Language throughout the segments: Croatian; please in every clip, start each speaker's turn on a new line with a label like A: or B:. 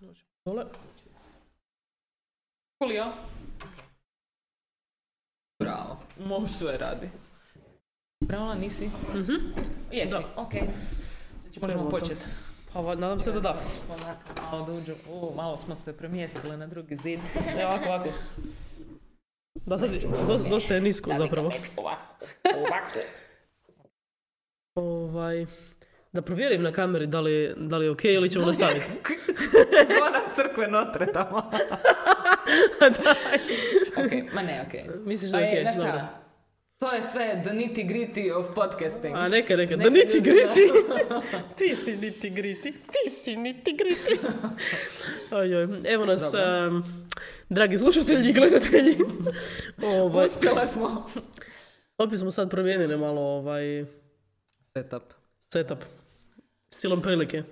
A: Može.
B: Dole.
A: Julio,
C: Bravo.
A: mož sve radi. Pravila nisi? Mhm. Jesi,
B: Da.
A: okej. Znači možemo
B: Krenula sam.
A: početi.
B: Pa va- nadam se da da.
A: Polako, malo da uđemo. U, malo smo se premjestili na drugi zid.
B: Evo ovako, ovako. Da sad, dosta, dosta je nisko zapravo.
A: Ovako, ovako.
B: Ovaj, da provjerim na kameri da li, da li je okej ili ćemo nastaviti.
A: Zvona crkve Notre tamo.
C: Ok, ma ne, ok.
B: Misliš
C: Pa
B: da je
C: je,
B: okej?
C: znaš šta?
B: Dobro.
C: To je sve the nitty gritty of podcasting.
B: A neka, neka, da
C: Neka
B: niti
C: ljudi,
B: griti. ti si niti griti, ti si niti griti. Ajoj, evo nas,
C: Dobro.
B: em, dragi slušatelji i gledatelji. ovaj,
C: Uspjele smo.
B: opet smo sad promijenili malo ovaj
C: Setup.
B: setup. Silom prilike.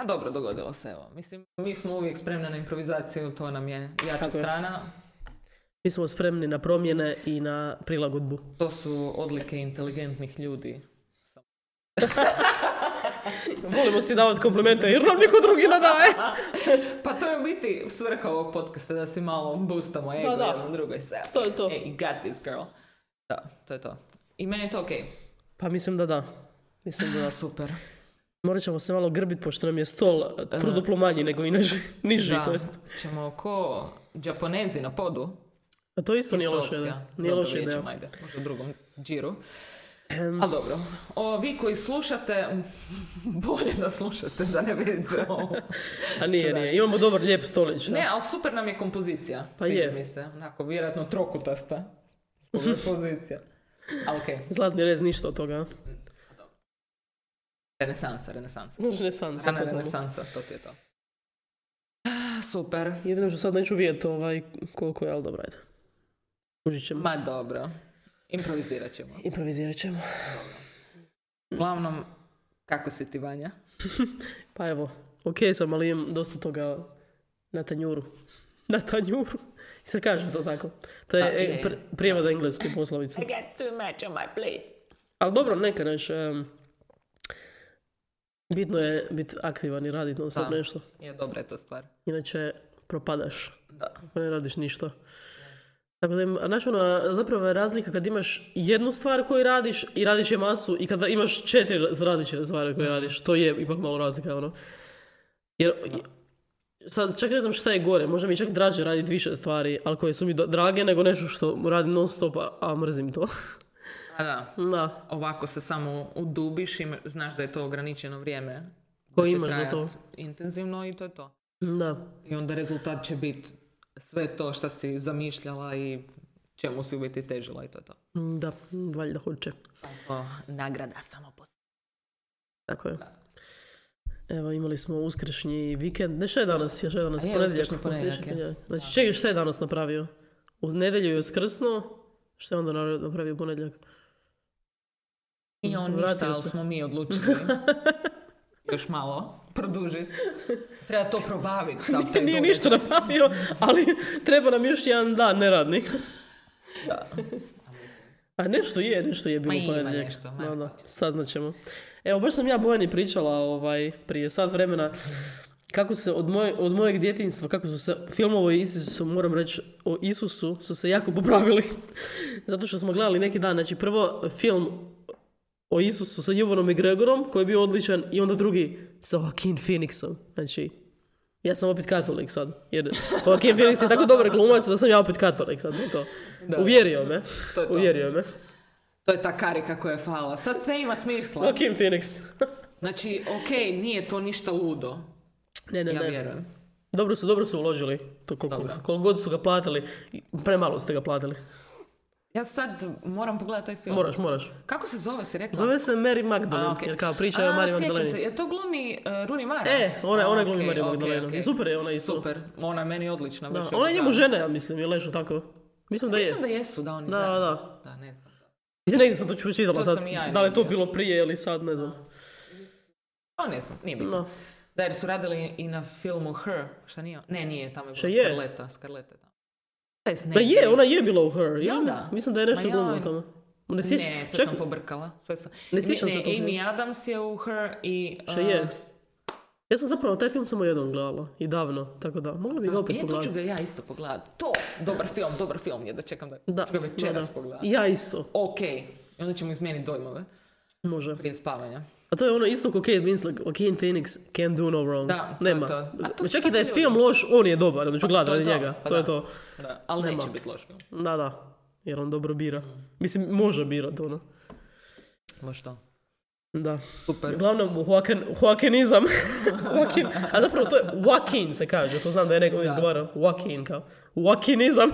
C: A dobro, dogodilo se evo. Mislim, mi smo uvijek spremni na improvizaciju, to nam je jača
B: Tako je.
C: strana.
B: Mi smo spremni na promjene i na prilagodbu.
C: To su odlike inteligentnih ljudi.
B: Volimo si davati komplimente jer nam niko drugi ne daje.
C: Pa to je u biti svrha ovog podcasta, da si malo boostamo ego
B: da.
C: jedno drugo i sve.
B: To je to.
C: Ej, got this girl. Da, to je to. I meni je to okej.
B: Pa mislim da da. Mislim da da.
C: Super.
B: Morat ćemo se malo grbit pošto nam je stol eh, troduplo manji nego i niži. niži
C: Da,
B: to jest.
C: ćemo ko Japonezi na podu.
B: A to isto nije
C: Isto
B: loša
C: opcija.
B: ideja. Nije
C: Dobro,
B: loša
C: vidjet
B: ideja.
C: ćemo, ajde, možda u drugom džiru. Ali dobro, o, vi koji slušate, bolje da slušate, da ne vidite ovo.
B: A nije,
C: Čudaš.
B: nije. Imamo dobar lijep stolić. da.
C: Ne, ali super nam je kompozicija,
B: Pa
C: sviđa
B: je.
C: mi se. Onako, vjerojatno trokutasta zbog kompozicija. Ali okej,
B: Zlatni rez ništa od toga. a?
C: renesansa, renesansa.
B: Renesansa.
C: Rana
B: totalno.
C: renesansa, to ti je to. Ah, Super.
B: Jedino što sad neću vidjeti ovaj koliko je, ali dobro, ajde. Užit ćemo.
C: Ma dobro, improvizirat ćemo.
B: Improvizirat ćemo.
C: Uglavnom, kako si ti Vanja?
B: Pa evo, ok sam, ali imam dosta toga na tanjuru. Na tanjuru. I se kaže to tako. To je,
C: Da, je,
B: e, pr- prijevod engleske poslovice.
A: I got too much on my plate.
B: Ali dobro, neka neš. em, bitno je biti aktivan i raditi non stop
C: Da.
B: nešto.
C: Je, dobra je to stvar.
B: Inače, propadaš.
C: Da.
B: ako ne radiš ništa. Tako da, im- a znaš, ono, zapravo je razlika kad imaš jednu stvar koju radiš i radiš je masu i kad imaš četiri različite stvari koje radiš, to je ipak malo razlika, ono. Jer, sad čak ne znam šta je gore, možda mi je čak draže raditi više stvari, ali koje su mi do- drage nego nešto što radim non stop, a, a mrzim to.
C: A da,
B: da,
C: ovako se samo udubiš i znaš da je to ograničeno vrijeme. da
B: Koje
C: će
B: imaš za
C: trajat
B: to.
C: Intenzivno i to je to.
B: da.
C: I onda rezultat će biti sve to što si zamišljala i čemu si u biti težila i to je to.
B: Da, valjda hoće.
C: O, nagrada samo po sebi.
B: Tako je. Evo, imali smo uskršnji vikend. Ne, šta je danas? Ja šta je danas?
C: A je,
B: Ponedjeljak.
C: uskršnji ponedjeljak
B: Uskršnji
C: je.
B: ponedjeljak. Znači, čekaj, šta je danas napravio? U nedjelju je uskrsnuo. Šta je onda na- napravio u ponedjeljak?
C: Nije on ništa,
B: Vratio
C: ali
B: se.
C: smo mi odlučili još malo produžiti. Treba to probaviti. sav taj
B: Nije
C: događaj.
B: ništa napravio, ali treba nam još jedan dan neradni.
C: Da.
B: A nešto je, nešto je bilo
C: Ma
B: u
C: ima
B: ponedjeljak.
C: nešto, ma
B: Da, da,
C: hoće.
B: saznat ćemo. Evo, baš sam ja Bojani pričala ovaj, prije sat vremena kako se od, moj, od mojeg djetinjstva, kako su se filmovi o Isusu, moram reći o Isusu, su se jako popravili. Zato što smo gledali neki dan, znači prvo film o Isusu sa Juvanom i Gregorom, koji je bio odličan, i onda drugi sa Joaquin Phoenixom. Znači, ja sam opet katolik sad, jer Joaquin Phoenix je tako dobar glumac da sam ja opet katolik sad, to je to. Uvjerio me,
C: To je to.
B: uvjerio me.
C: To je ta karika koja je fala. Sad sve ima smisla.
B: Joaquin Phoenix.
C: Znači, okej, nije to ništa ludo.
B: ne, ne,
C: Ja
B: ne.
C: vjerujem.
B: Dobro su, dobro su uložili. To koliko, su- koliko god su ga platili. i Premalo ste ga platili.
C: Ja sad moram pogledati taj film.
B: Moraš, moraš.
C: Kako se zove, si rekla?
B: Zove se Mary Magdalene,
C: A, okej.
B: jer kao priča je o Mary
C: sjećam
B: Magdaleni.
C: se, je to glumi uh, Rooney Mara?
B: E, ona,
C: A,
B: ona glumi
C: okej,
B: Mary
C: okej,
B: Magdalenu.
C: okej.
B: I super je ona isto.
C: Super, ona je meni odlična.
B: Da,
C: baš je
B: ona je njemu
C: obožavam.
B: žena, ja mislim, ili nešto tako. Mislim da je.
C: Mislim da jesu, da oni
B: Da,
C: zajedno.
B: da.
C: Da, ne znam.
B: Mislim, negdje sam to pročitala
C: To
B: sad.
C: sam i ja
B: da li je to
C: negdje.
B: bilo prije ili sad, ne znam.
C: Pa ne znam, nije bitno.
B: Da.
C: Da, jer su radili i na filmu Her, šta nije? Ne, nije, tamo je
B: Šta
C: bila
B: je?
C: Scarletta. Scarletta, da. Šta je Snape?
B: Ma je, ona je bila u Her. Ja,
C: da?
B: Mislim da je nešto
C: Ma
B: drugo u
C: joj.
B: tome. Ne, sjećam-
C: Ne, sve
B: čak-
C: sam pobrkala. Sve sam...
B: Ne sjećam se
C: ne,
B: toga.
C: Amy Adams je u Her i...
B: Šta
C: uh,
B: je? Ja sam zapravo taj film samo jednom gledala i davno, tako da mogla bi ga opet
C: E, to
B: pogledati.
C: ću ga ja isto pogledati. To, dobar film, dobar film je da čekam da,
B: Da,
C: ću ga večeras
B: da, da.
C: pogledati.
B: Ja isto,
C: Ok, onda ćemo izmijeniti dojmove
B: može.
C: prije spavanja.
B: A to je ono isto ko Kate Winslet, o Kate Phoenix, can do no wrong.
C: Da, to je
B: Nema.
C: to. A to su
B: Čak i da je
C: takvi
B: film loš, on je dobar, onda ću gledati
C: to je
B: radi
C: to,
B: njega.
C: pa
B: to je
C: da.
B: to.
C: Da, ali
B: Nema.
C: neće biti loš film.
B: Da, da. Jer on dobro bira. Mislim, može birat, ono.
C: Baš to.
B: Da.
C: Super.
B: Uglavnom, Joaquin, Joaquinizam. Joaquin. A zapravo to je Joaquin se kaže. To znam da je neko izgovarao. Joaquin kao. Joaquinizam.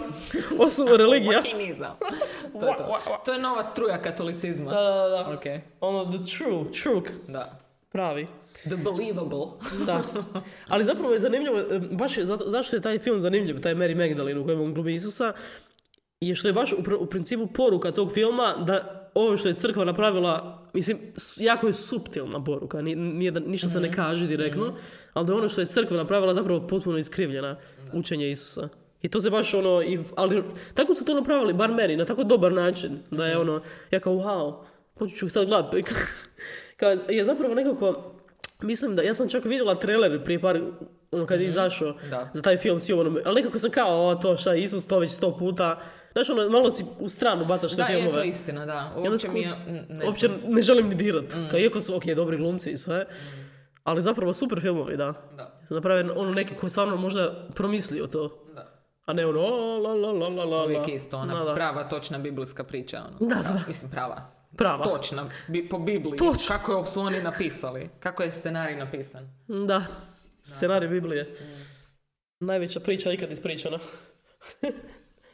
B: Osu religija.
C: Joaquinizam. to je to. To je nova struja katolicizma.
B: Da, da, da.
C: Ok,
B: Ono, the true, true,
C: da.
B: pravi.
C: The believable.
B: Da. Ali zapravo je zanimljivo, e, baš je, zato- zašto je taj film zanimljiv, taj Mary Magdalene u kojem on glumi Isusa, je što je baš u, pr- u principu poruka tog filma da ovo što je crkva napravila, mislim, s- jako je suptilna poruka, ni- nije da, ništa se ne kaže direktno, ali da je ono što je crkva napravila zapravo potpuno iskrivljena učenje Isusa. I to se baš ono, i, ali tako su to napravili, bar meni, na tako dobar način, da je ono, ja kao, wow, počet ću sad gledati. kao, je zapravo nekako, mislim da, ja sam čak vidjela trailer prije par, ono, kad je izašao,
C: Da.
B: za taj film si ono, ali nekako sam kao, o, to šta je Isus, to već sto puta. Znaš, ono, malo si u stranu bacaš te
C: Da, je to
B: filmove.
C: istina, da.
B: I onda
C: Uopće mi je...
B: sku-
C: mm, Ne Mm.
B: Uopće ne želim ni dirat. Kao, iako su, ok, dobri glumci i sve. Ali zapravo super filmovi, da.
C: znam. Da,
B: Naprave ono neki koji je stvarno možda promislio to.
C: da.
B: A ne ono, o, la, la, la, la, la, la.
C: Uvijek je isto ona
B: Da, da.
C: prava, točna biblijska priča. Ono.
B: Da, da, da.
C: Mislim, prava.
B: Prava.
C: Točna, bi, po Bibliji.
B: Točno.
C: Kako su oni napisali? Kako je scenarij napisan?
B: Da. Scenarij Biblije. Najveća priča ikad ispričana.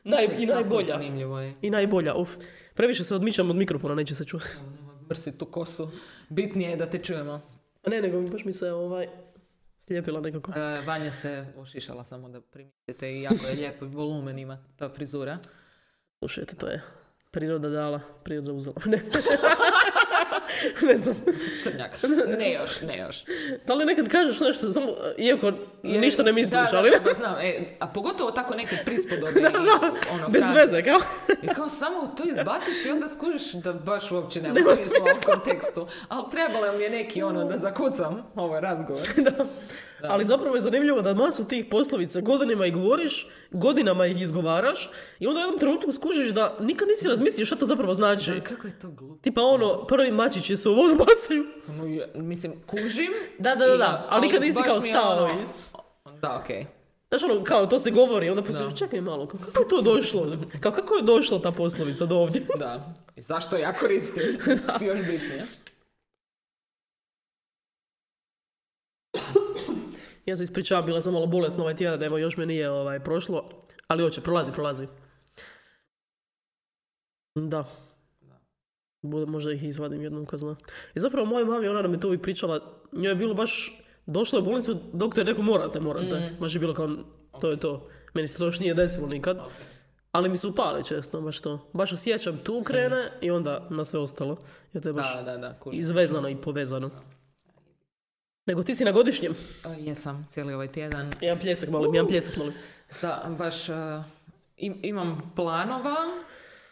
B: Naj, I
C: Tako
B: najbolja.
C: Zanimljivo je.
B: I najbolja, uf. Previše se odmičam od mikrofona, neće se čuti.
C: Brsi tu kosu. Bitnije je da te čujemo.
B: A ne, nego baš mi se ovaj slijepila nekako.
C: E, Vanja se ošišala samo da primijetite i jako je lijep volumen ima ta frizura.
B: Slušajte, to je priroda dala, priroda uzela. Ne, ne znam.
C: Crnjak. Ne još, ne još.
B: Da li nekad kažeš nešto samo, iako
C: Jer-
B: ništa ne misliš,
C: da, da,
B: ali ne.
C: da, znam, e, a pogotovo tako neke prispodobe. i ono,
B: Bez
C: fraze.
B: veze, kao.
C: I kao samo to izbaciš i onda skužiš da baš uopće nema
B: Nema
C: smisla u ovom kontekstu. Ali trebalo mi je neki ono da zakucam ovaj razgovor.
B: Da. Ali zapravo je zanimljivo da masu tih poslovica godinama ih govoriš, godinama ih izgovaraš i onda u jednom trenutku skužiš da nikad nisi razmislio šta to zapravo znači.
C: Kako je to glupo?
B: Tipa ono, prvi mačići se u vodu bacaju.
C: Ono, je- mislim, kužim.
B: Da, da, da,
C: i-
B: da, ali nikad nisi
C: baš
B: kao
C: mi je
B: stao
C: ono- Da, okej.
B: Znaš ono, kao to se govori, onda poslije, čekaj malo, kao, kako je to došlo? Kao, kako je došla ta poslovica do ovdje?
C: Da. I zašto ja koristim? Još bitnije.
B: Ja se ispričavam, bila sam malo bolesna ovaj tjedan, evo još me nije ovaj, prošlo, ali hoće, prolazi, prolazi. Da. Bude, možda ih izvadim jednom ko zna. I zapravo mojoj mami, ona nam je to uvijek pričala, njoj je bilo baš, došla je u bolnicu, doktor je rekao morate, morate.
C: Mm.
B: Baš je bilo kao, to je to. Meni se to još nije desilo nikad. Ali mi se upale često, baš to. Baš osjećam, tu krene i onda na sve ostalo. Jer to je baš
C: Da, da, da, kužim.
B: izvezano i povezano. Nego ti si na godišnjem.
C: O, Jesam cijeli ovaj tjedan.
B: Jedan pljesak molim, jedan pljesak molim.
C: Da, baš e, im- imam planova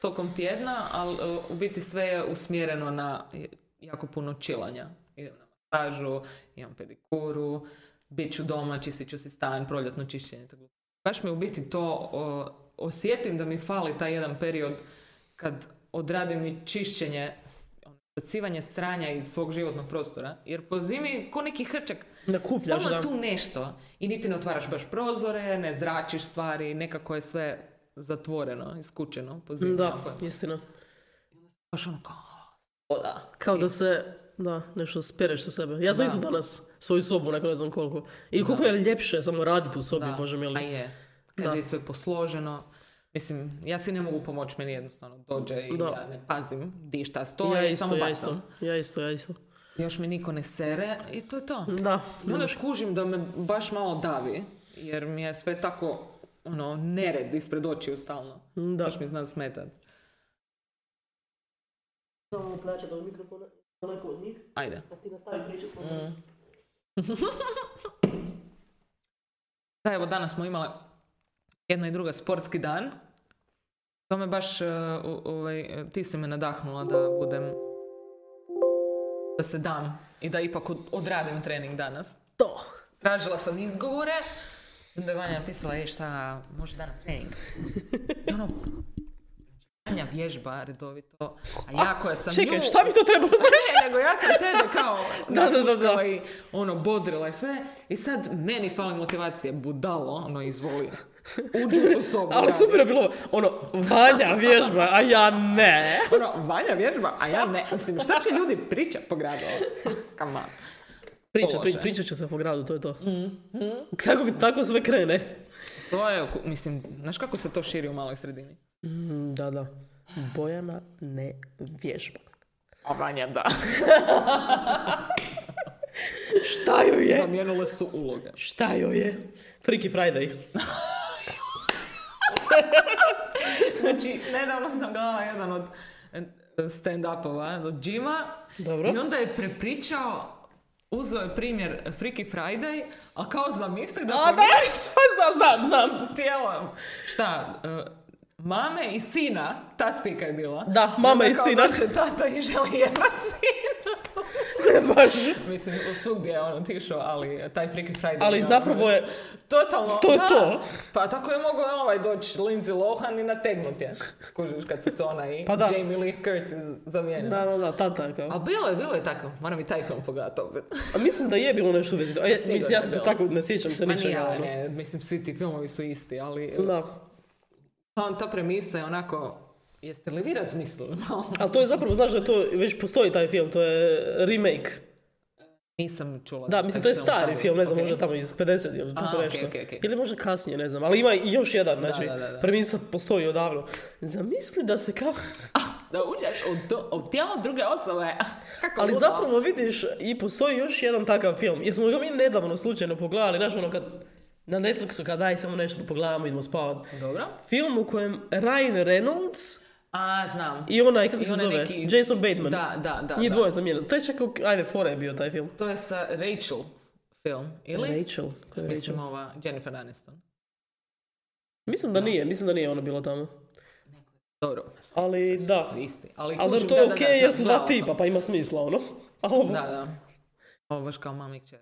C: tokom tjedna, ali e, u biti sve je usmjereno na jako puno čilanja. Idem na masažu, imam pedikuru, bit ću doma, čistit ću si stan, proljetno čišćenje. tako. Baš mi u biti to o, osjetim da mi fali taj jedan period kad odradim i čišćenje, s- ono, bacivanje sranja iz svog životnog prostora. Jer po zimi ko neki hrčak
B: Nakupljaš,
C: Stalno
B: da.
C: je tu nešto. I niti ne otvaraš baš prozore, ne zračiš stvari, nekako je sve zatvoreno, iskučeno. po zimi.
B: Da,
C: Tako je.
B: istina.
C: Baš ono kao... "O, da."
B: Kao da se, da, nešto spereš sa sebe. Ja sam
C: Da.
B: isto danas svoju sobu, nakon ne znam koliko. I koliko je ljepše samo raditi u sobi, bože
C: A
B: mili.
C: je. Kad
B: Da.
C: je sve posloženo. Mislim, ja si ne mogu pomoći, meni jednostavno dođe i
B: Da.
C: ja ne pazim di šta stoji,
B: Ja isto,
C: samo
B: ja
C: bacam.
B: isto. Ja isto, ja isto.
C: Još mi niko ne sere i to je to.
B: Da.
C: I onda skužim da me baš malo davi, jer mi je sve tako ono, nered ispred očiju stalno.
B: Da.
C: Baš mi zna smetat.
B: Samo plaća do mikrofona, daleko od njih,
C: Ajde.
B: a ti nastavi priča sa
C: Da, evo danas smo imala jedna i druga sportski dan. To me baš, e, o- ovaj, ti si me nadahnula da budem, da se dam i da ipak od- odradim trening danas.
B: to.
C: Tražila sam izgovore. Onda je Vanja napisala, je šta, može danas trening. I ono, Vanja vježba redovito, a ja koja sam
B: Čekaj,
C: nju-
B: šta bi to trebalo znači?
C: Pa Ne, nego ja sam tebe kao
B: Da, da, da, da.
C: i ono bodrila i sve i sad meni fali motivacije budalo ono izvoli uđu u sobu
B: Ali
C: da.
B: super je bilo, ono, Vanja vježba, a ja ne.
C: ono Vanja vježba a ja ne mislim šta će ljudi pričat po gradu ono? come on
B: Priča, pri,
C: Položaj.
B: pričat će se po gradu, to je to. Mhm. Tako, tako sve krene.
C: to je mislim znaš kako se to širi u maloj sredini
B: Mm, Da, da. Bojana ne vježba.
C: a Vanja da
B: Šta joj je?
C: zamijenile su uloge
B: Šta joj je? Freaky Friday.
C: Znači, nedavno sam gledala jedan od e, stand-upova od Jima.
B: Dobro.
C: I onda je prepričao, uzeo je primjer Freaky Friday, a kao zamisli da,
B: A da,
C: primjer-
B: šta znam, znam, znam.
C: tijelo, šta, e, mame i sina, ta spika je bila.
B: Da, mama
C: onda
B: i
C: kao
B: sina.
C: dođe tata i želi jebat sina.
B: Baš.
C: Mislim, svugdje je on otišao, ali eh, taj Freaky Friday...
B: Ali
C: je
B: zapravo je,
C: Totalno,
B: To je
C: da.
B: to.
C: Pa tako je mogao i ovaj doći Lindsay Lohan i nategnut je. Kužiš kad su se ona i
B: Pa da.
C: Jamie Lee Curtis zamijenili.
B: da, da, da, tata je kao.
C: A bilo je, bilo je tako. Moram i taj film pogledati opet.
B: A mislim da je bilo nešto u vezi. A ja,
C: Sigurno
B: mislim, ja
C: je
B: sam to
C: bilo.
B: tako, ne sjećam se
C: Ma nije,
B: ničega. ono.
C: ne, mislim svi ti filmovi su isti, ali pa
B: Da.
C: on ta premisa je onako, jeste li vi razmislili malo?
B: Ali to je zapravo, znaš da to već postoji taj film, to je remake.
C: Nisam čula.
B: Da, mislim, to je
C: film
B: stari film, ne znam,
C: Ok.
B: možda tamo iz 50 ili tako
C: A, okej,
B: nešto.
C: okej, okej.
B: Ili možda kasnije, ne znam, ali ima i još jedan, znači,
C: da, da, da.
B: premisa postoji odavno. Zamisli da se kao...
C: Ah, Da uđeš u, do, u tijelo druge osobe. Ah, Kako
B: Ali
C: ludo.
B: zapravo vidiš i postoji još jedan takav film. Jesmo ga mi nedavno slučajno pogledali, znaš ono kad na Netflixu kad daj samo nešto da pogledamo, idemo spavat.
C: Dobro.
B: Film u kojem Ryan Reynolds
C: A, znam.
B: i onaj, kako
C: I
B: se
C: onaj
B: zove,
C: neki-
B: Jason Bateman.
C: Da, da, da.
B: Njih
C: da.
B: dvoje zamijenili. To je čak, ok- ajde, fora je bio taj film.
C: To je sa Rachel film, ili?
B: Rachel, ko je Rachel?
C: Mislim ova Jennifer Aniston.
B: Mislim da nije, mislim da nije ona bila tamo.
C: Dobro.
B: Ali da,
C: Isti. Ali,
B: ali
C: kužim,
B: da to
C: da,
B: je
C: da,
B: okej
C: da,
B: jer su dva
C: gledala sam.
B: tipa, pa ima smisla ono. A ovo,
C: Da, da. Ovo baš kao mami i kćer.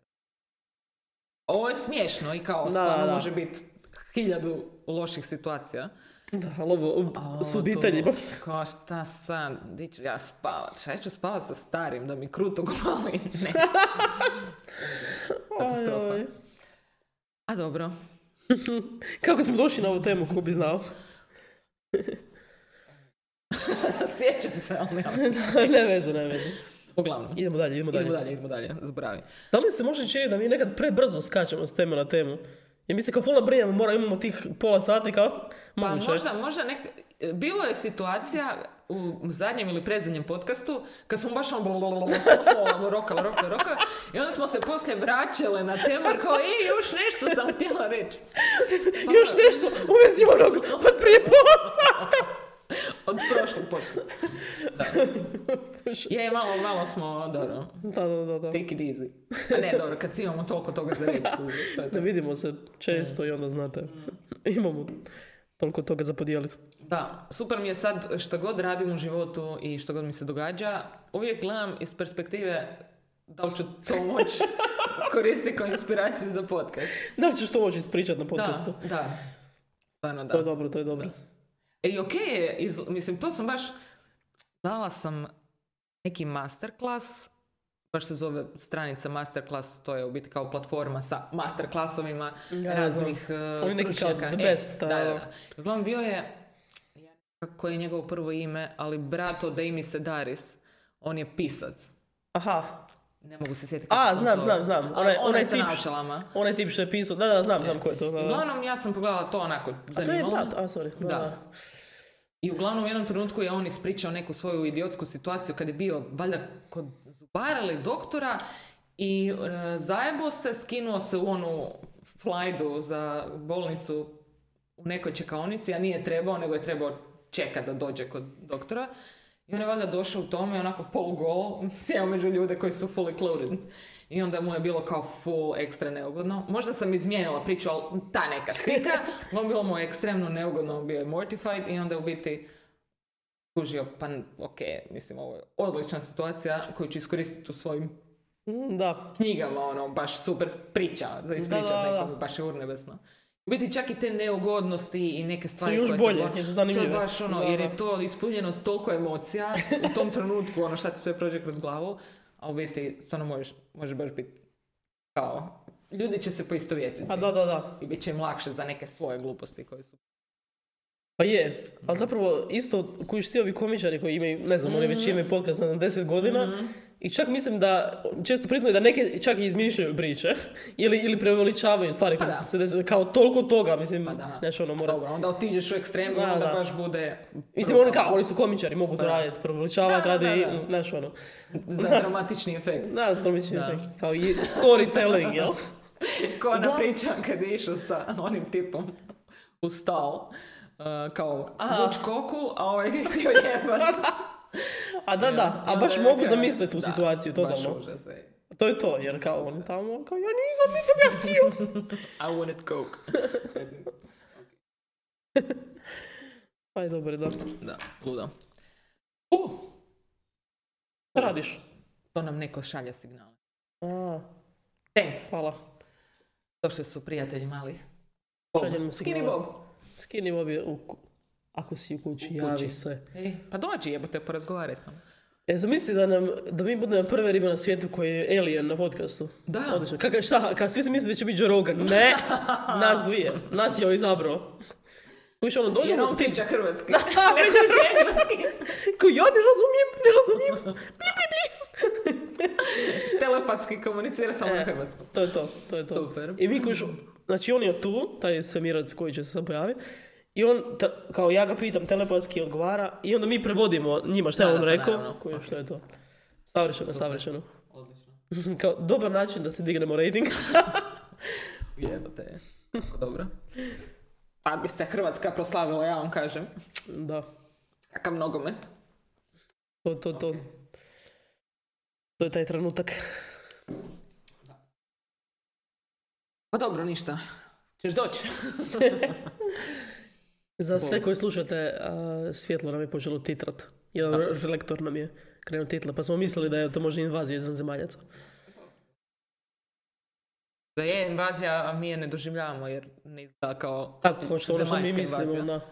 C: Ovo je smiješno i kao
B: Da,
C: stvarno
B: da.
C: može biti hiljadu loših situacija.
B: da, ali ovo,
C: A ovo
B: s obiteljima.
C: to, Kao šta sad, di ću ja spavat? Šta ja ću spavat sa starim da mi kruto govali? Ne. katastrofa.
B: Ajoj.
C: A dobro.
B: Kako smo došli na ovu temu, ko bi znao?
C: Sjećam se, ali nema.
B: ne veze, ne veze.
C: Uglavnom.
B: Idemo dalje, idemo dalje.
C: Idemo dalje, idemo dalje. Zaboravi.
B: Da li se može čini da mi nekad prebrzo skačemo s teme na temu? Ja mislim kao fulna brijemo, mora imamo tih pola sati kao
C: Pa
B: moguće.
C: možda, možda nek... Bilo je situacija u zadnjem ili predzadnjem podcastu kad smo baš ono blablabla, samo smo ono rokali, rokali, rokali i onda smo se poslije vraćale na temu jer kao i još nešto sam htjela reći.
B: Još nešto u vezi onog od prije pola sata.
C: Od prošlog podcasta. Da. Je, malo, malo smo, dobro,
B: Da, da, da, da.
C: take it easy. A ne, dobro, kad svi imamo toliko toga za reći. kuži, to je to.
B: Da vidimo se često i onda znate, imamo toliko toga za podijeliti.
C: Da, super mi je sad što god radim u životu i što god mi se događa, uvijek gledam iz perspektive da li ću to moći koristiti kao inspiraciju za podcast.
B: Da li ćeš to moći ispričat na podcastu?
C: Da, da. Stvarno
B: To je
C: da.
B: dobro, to je dobro.
C: E, I okej je, iz, mislim, to sam baš, dala sam neki masterclass, baš se zove stranica masterclass, to je u biti kao platforma sa masterclassovima
B: ja
C: raznih uh,
B: Oni neki kao
C: stručnjaka.
B: the
C: E,
B: best,
C: da,
B: da.
C: da, da. Uglavnom bio je, kako je njegovo prvo ime, ali brat od Amy Sedaris, on je pisac.
B: Aha,
C: Ne mogu se sjetiti
B: A,
C: kako se on
B: znam, znam,
C: zove.
B: znam.
C: Ali
B: Onaj-
C: ona
B: onaj
C: je sa
B: tip-
C: načelama.
B: onaj tip što je pisao, da, da, znam, znam ko je to. Da, da.
C: Uglavnom, ja sam pogledala to onako
B: A to je
C: zanimalo.
B: brat, a sorry. Da,
C: Da.
B: da.
C: I uglavnom u jednom trenutku je on ispričao neku svoju idiotsku situaciju kad je bio valjda kod zubara ili doktora i e, zajebo se, skinuo se u onu flajdu za bolnicu u nekoj čekaonici, a nije trebao, nego je trebao čekat da dođe kod doktora. I on je valjda došao u tome, onako polugol, sjeo među ljude koji su fully clothed. I onda mu je bilo kao full ekstra neugodno. Možda sam izmijenila priču, ali ta neka slika. No, bilo mu je ekstremno neugodno, bio je mortified i onda je u biti kužio, pa ok, mislim, ovo je odlična situacija koju ću iskoristiti u svojim
B: Mm, Da.
C: knjigama, ono, baš super priča za ispričat
B: da, da.
C: nekom, baš je urnebesno. U biti čak i te neugodnosti i neke stvari
B: još
C: koje te
B: bolje,
C: go-
B: jer su zanimljive.
C: To je baš ono,
B: Da,
C: jer
B: da.
C: je to ispunjeno toliko emocija u tom trenutku, ono šta ti sve prođe kroz glavu, a u biti stvarno možeš, možeš baš biti kao, ljudi će se poistovjetiti s
B: Pa
C: tim.
B: da, da, da.
C: i bit će im lakše za neke svoje gluposti koje su.
B: Pa je, ali zapravo isto kojiš svi ovi komičari koji imaju, ne znam, oni već
C: Mhm.
B: imaju podcast na 10 godina i čak mislim da često priznaju da neke čak i izmišljaju priče ili, ili preuveličavaju stvari
C: Pa
B: koje
C: da.
B: su se desile, kao toliko toga, mislim,
C: Pa da.
B: znaš, ono mora...
C: Dobro, onda otiđeš u ekstremu i
B: Da,
C: onda
B: da.
C: baš bude...
B: Mislim, oni kao, oni su komičari, mogu to raditi, preuveličavati,
C: Da, da, da,
B: radi,
C: da.
B: znaš, ono,
C: Za dramatični efekt.
B: da, to mi
C: Da.
B: kao i storytelling, jel?
C: Ko
B: Da.
C: ona priča kad je išao sa onim tipom u stao. Uh, kao
B: Aha.
C: vuč koku, a ovaj je htio jebat.
B: A da, da, a
C: Onda
B: baš
C: je
B: mogu
C: rekao,
B: zamisliti tu
C: da,
B: situaciju, totalno.
C: Baš užas je.
B: To je to, jer kao oni tamo, kao ja nisam, nisam ja htio.
C: I wanted coke. Ne znam,
B: Aj, dobro, da.
C: da, ludo.
B: U! Šta radiš?
C: To nam neko šalje signale.
B: A,
C: Thanks.
B: hvala.
C: To što su prijatelji mali.
B: Šaljem
C: Skinny
B: signale.
C: Bob.
B: Skini Bob je u... ku- Ako si u kući,
C: U kući.
B: javi se.
C: Ej, pa dođi jebote, porazgovaraj s nama.
B: E, zamisli da, nam, da mi budemo prve ribe na svijetu koji je alien na podcastu.
C: Da.
B: Odlično. Kaka, šta, ka, svi se misle da će biti Joe Rogan. Ne, nas dvije. Nas je ovo izabrao. Kuš, ono,
C: Jer
B: dođemo,
C: on
B: ti
C: priča hrvatski.
B: pričaš engleski. Ko ja ne razumijem, ne razumijem.
C: Telepatski komunicira samo na
B: E.
C: hrvatskom.
B: To je to, to je to.
C: Super.
B: I mi kuš, znači on je tu, taj svemirac koji će se sad pojaviti, i on, ta- kao ja ga pitam, telepatski odgovara, i onda mi prevodimo njima šta
C: Da,
B: je
C: da,
B: on
C: pa
B: rekao,
C: naravno.
B: koji, što je to. Savršeno, savršeno.
C: Odlično.
B: Kao dobar način da se dignemo rating.
C: Jebote je. Kako dobro. Pa bi se Hrvatska proslavila, ja vam kažem.
B: da,
C: Kakav nogomet.
B: to, to, to. To je taj trenutak.
C: Pa dobro, ništa. Češ doći.
B: Za sve koji slušate, a, svjetlo nam je počelo titrat. Jedan reflektor nam je krenuo titla, pa smo mislili da je to možda invazija izvanzemaljaca.
C: Da je invazija, a mi je ne doživljavamo jer ne izgleda kao...
B: Tako, kao što ono što mi
C: zemaljska
B: mislimo,
C: invazija.
B: da.